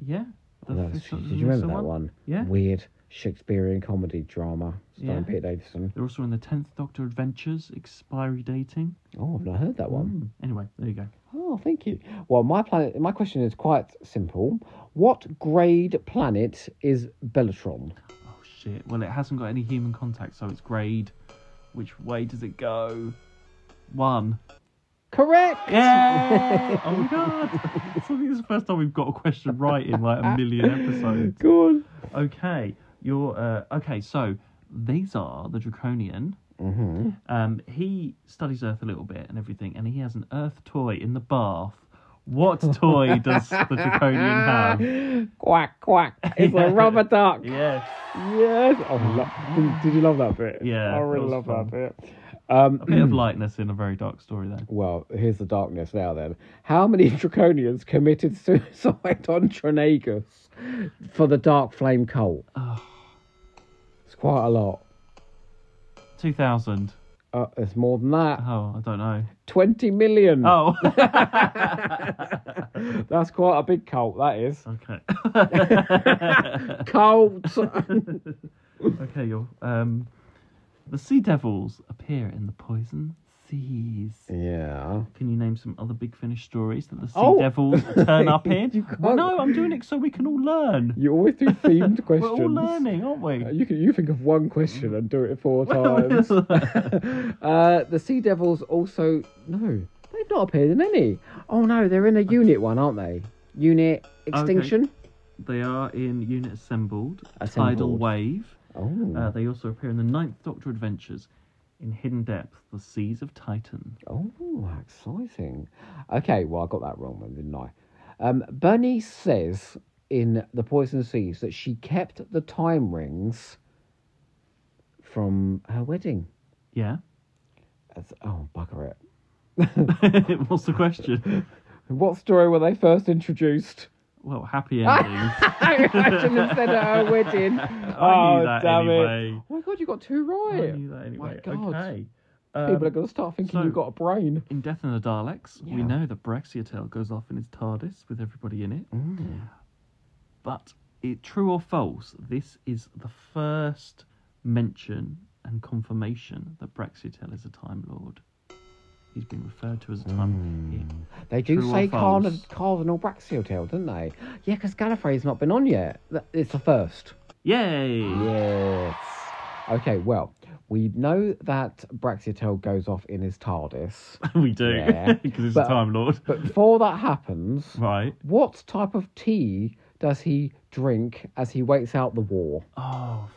Speaker 1: Yeah. The
Speaker 2: Oh, that was-
Speaker 1: first-
Speaker 2: did
Speaker 1: the
Speaker 2: you remember
Speaker 1: recent
Speaker 2: that one?
Speaker 1: Yeah.
Speaker 2: Weird Shakespearean comedy drama starring
Speaker 1: Yeah.
Speaker 2: Peter Davison.
Speaker 1: They're also in the Tenth Doctor Adventures, expiry dating.
Speaker 2: Oh, I've not heard that one.
Speaker 1: Mm. Anyway, there you go.
Speaker 2: Oh, thank you. Well, my planet. My question is quite simple. What grade planet is Bellatron?
Speaker 1: Oh shit. Well, it hasn't got any human contact, so it's grade. Which way does it go? One.
Speaker 2: Correct.
Speaker 1: Yeah. oh my god. I think it's the first time we've got a question right in like a million episodes.
Speaker 2: Good.
Speaker 1: Okay, you're uh, okay. So these are the draconian.
Speaker 2: Mm-hmm.
Speaker 1: Um, he studies Earth a little bit and everything, and he has an Earth toy in the bath. What toy does the draconian have?
Speaker 2: Quack quack. It's a rubber duck.
Speaker 1: Yes,
Speaker 2: Yes. Oh, I lo- did, did you love that bit?
Speaker 1: Yeah,
Speaker 2: I really
Speaker 1: that was fun.
Speaker 2: love that bit.
Speaker 1: a bit of
Speaker 2: Um,
Speaker 1: lightness in a very dark story there.
Speaker 2: well, here's the darkness now. Then, how many draconians committed suicide on Tronagus for the Dark Flame cult?
Speaker 1: Oh.
Speaker 2: It's quite a lot.
Speaker 1: Two thousand.
Speaker 2: Uh, it's more than that.
Speaker 1: Oh, I don't know.
Speaker 2: Twenty million.
Speaker 1: Oh,
Speaker 2: That's quite a big cult. That is
Speaker 1: okay.
Speaker 2: cult.
Speaker 1: okay, you're. Um, the sea devils appear in the poison seas.
Speaker 2: yeah.
Speaker 1: Can you name some other Big Finish stories that the Sea
Speaker 2: Oh.
Speaker 1: Devils turn up in?
Speaker 2: You can't-
Speaker 1: Well, no, I'm doing it so we can all learn.
Speaker 2: You always do themed questions.
Speaker 1: We're all learning, aren't we?
Speaker 2: Uh, You can, you think of one question and do it four times.
Speaker 1: Well,
Speaker 2: uh, the Sea Devils also no, they've not appeared in any. Oh no, they're in a unit one, aren't they? Unit extinction.
Speaker 1: they are in Unit Assembled, Tidal
Speaker 2: Assembled.
Speaker 1: Wave.
Speaker 2: Oh,
Speaker 1: Uh, they also appear in the Ninth Doctor Adventures, in Hidden Depth, The Seas of Titan.
Speaker 2: oh, how exciting. Okay, well I got that wrong then, didn't I? Um, Bernie says in the Poison Seas that she kept the time rings from her wedding.
Speaker 1: Yeah.
Speaker 2: That's, oh, bugger it.
Speaker 1: What's the question?
Speaker 2: What story were they first introduced?
Speaker 1: Well, happy endings.
Speaker 2: Imagine instead of her wedding.
Speaker 1: I
Speaker 2: oh,
Speaker 1: knew that
Speaker 2: damn it.
Speaker 1: anyway.
Speaker 2: Oh my god, you got two
Speaker 1: I
Speaker 2: right.
Speaker 1: knew that anyway.
Speaker 2: God.
Speaker 1: Okay. Um,
Speaker 2: People are going to start thinking
Speaker 1: so-
Speaker 2: you've got a brain.
Speaker 1: In Death and the Daleks,
Speaker 2: Yeah.
Speaker 1: we know that Braxiatel goes off in his TARDIS with everybody in it. But it, true or false, this is the first mention and confirmation that Braxiatel is a Time Lord. He's been referred to as a
Speaker 2: Hmm.
Speaker 1: Time
Speaker 2: They do
Speaker 1: True or
Speaker 2: say Cardinal,
Speaker 1: false?
Speaker 2: Cardinal Braxiotel, don't they? Yeah, because Gallifrey's not been on yet. Th- It's the first.
Speaker 1: Yay!
Speaker 2: Yes. Okay, well, we know that Braxiotel goes off in his TARDIS.
Speaker 1: we do,
Speaker 2: Yeah.
Speaker 1: because he's
Speaker 2: But-
Speaker 1: a Time Lord.
Speaker 2: But before that happens,
Speaker 1: Right.
Speaker 2: what type of tea does he drink as he waits out the war?
Speaker 1: Oh,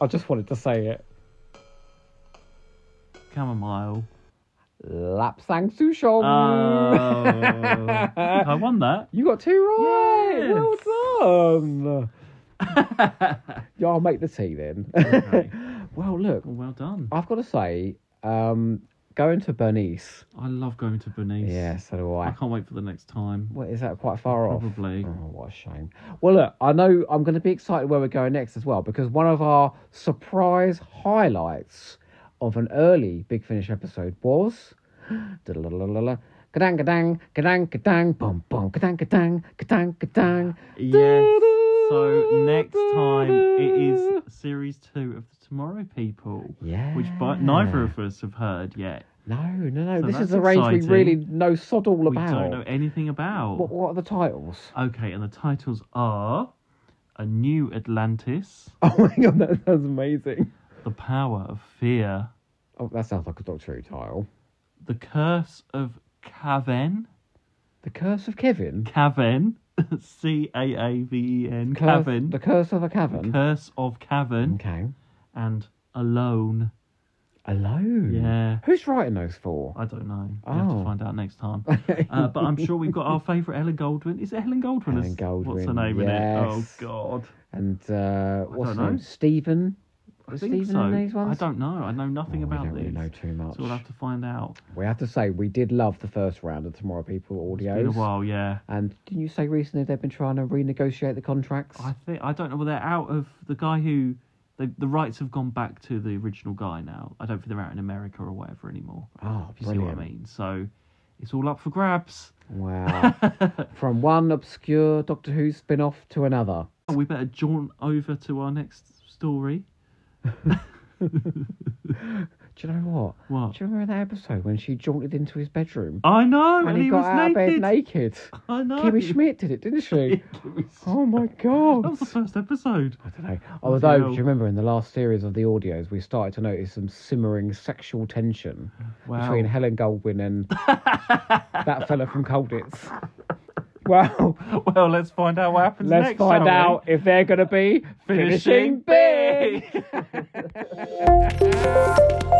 Speaker 2: I just wanted to say it.
Speaker 1: chamomile.
Speaker 2: Lapsang Souchong.
Speaker 1: Oh, I won that.
Speaker 2: You got two right.
Speaker 1: Yes.
Speaker 2: Well done. yeah, I'll make the tea then.
Speaker 1: Okay.
Speaker 2: well, look,
Speaker 1: Well, well done.
Speaker 2: I've got to say, um, going to Bernice.
Speaker 1: I love going to Bernice.
Speaker 2: Yeah, so do
Speaker 1: I
Speaker 2: I.
Speaker 1: can't wait for the next time.
Speaker 2: What is that? Quite far off.
Speaker 1: Probably.
Speaker 2: Oh, what a shame. Well, look, I know I'm going to be excited where we're going next as well because one of our surprise highlights of an early Big Finish episode was. Da-da-da-da-da-da. Kadang, kadang, kadang, kadang, bum, bum, kadang, kadang, kadang, kadang.
Speaker 1: Yes. So next time it is series two of the Tomorrow People,
Speaker 2: Yeah.
Speaker 1: which by, neither of us have heard yet.
Speaker 2: No, no, no.
Speaker 1: So
Speaker 2: this is
Speaker 1: that's
Speaker 2: a range we
Speaker 1: exciting.
Speaker 2: really know sod all
Speaker 1: We
Speaker 2: about.
Speaker 1: don't know anything about.
Speaker 2: What, what are the titles?
Speaker 1: Okay, and the titles are A New Atlantis,
Speaker 2: Oh my god, that sounds amazing.
Speaker 1: The Power of Fear,
Speaker 2: Oh, that sounds like a Doctor Who title.
Speaker 1: The Curse of Caven,
Speaker 2: The Curse of Kevin.
Speaker 1: Caven, C A A V E N,
Speaker 2: Curse-
Speaker 1: Caven,
Speaker 2: The Curse of a
Speaker 1: The
Speaker 2: Cavern.
Speaker 1: Curse of Caven,
Speaker 2: Okay.
Speaker 1: and Alone.
Speaker 2: Alone.
Speaker 1: Yeah,
Speaker 2: Who's writing those for?
Speaker 1: I don't know. We have
Speaker 2: Oh.
Speaker 1: to find out next time. Uh, but I'm sure we've got our favourite Ellen Goldwyn. Is it Helen Goldwyn?
Speaker 2: Helen
Speaker 1: Is- What's her
Speaker 2: Goldwyn,
Speaker 1: name
Speaker 2: yes.
Speaker 1: in it? Oh God.
Speaker 2: And uh, what's
Speaker 1: don't
Speaker 2: his
Speaker 1: know.
Speaker 2: name? Stephen.
Speaker 1: I
Speaker 2: Was
Speaker 1: think
Speaker 2: Stephen
Speaker 1: so.
Speaker 2: in these ones?
Speaker 1: I don't know. I know nothing
Speaker 2: Oh,
Speaker 1: about
Speaker 2: we don't
Speaker 1: these.
Speaker 2: really know too much.
Speaker 1: So we'll have to find out.
Speaker 2: We have to say we did love the first round of Tomorrow People
Speaker 1: It's been a
Speaker 2: audios.
Speaker 1: while, yeah.
Speaker 2: And didn't you say recently they've been trying to renegotiate the contracts?
Speaker 1: I think I don't know. Well, they're out of the guy who the the rights have gone back to the original guy now. I don't think they're out in America or whatever anymore.
Speaker 2: Oh,
Speaker 1: If you
Speaker 2: brilliant!
Speaker 1: see what I mean. So it's all up for grabs.
Speaker 2: Wow. From one obscure Doctor Who spin off to another.
Speaker 1: we better jaunt over to our next story.
Speaker 2: Do you know what?
Speaker 1: What?
Speaker 2: Do you remember that episode when she jaunted into his bedroom
Speaker 1: I know, and,
Speaker 2: and he, got
Speaker 1: Oh, was
Speaker 2: out
Speaker 1: naked. Oh.
Speaker 2: of bed naked?
Speaker 1: I know.
Speaker 2: Kimmy Schmidt did it, didn't she?
Speaker 1: Kimmy Schmidt.
Speaker 2: oh my
Speaker 1: That
Speaker 2: god.
Speaker 1: was the first episode.
Speaker 2: I don't know. Although, do
Speaker 1: hell.
Speaker 2: you remember in the last series of the audios, we started to notice some simmering sexual tension
Speaker 1: Wow.
Speaker 2: between Helen Goldwyn and that fella from Colditz. Well,
Speaker 1: well, let's find out what happens
Speaker 2: let's
Speaker 1: next. shall
Speaker 2: find
Speaker 1: we?
Speaker 2: out if they're going to be finishing,
Speaker 1: Finishing
Speaker 2: big.
Speaker 1: big.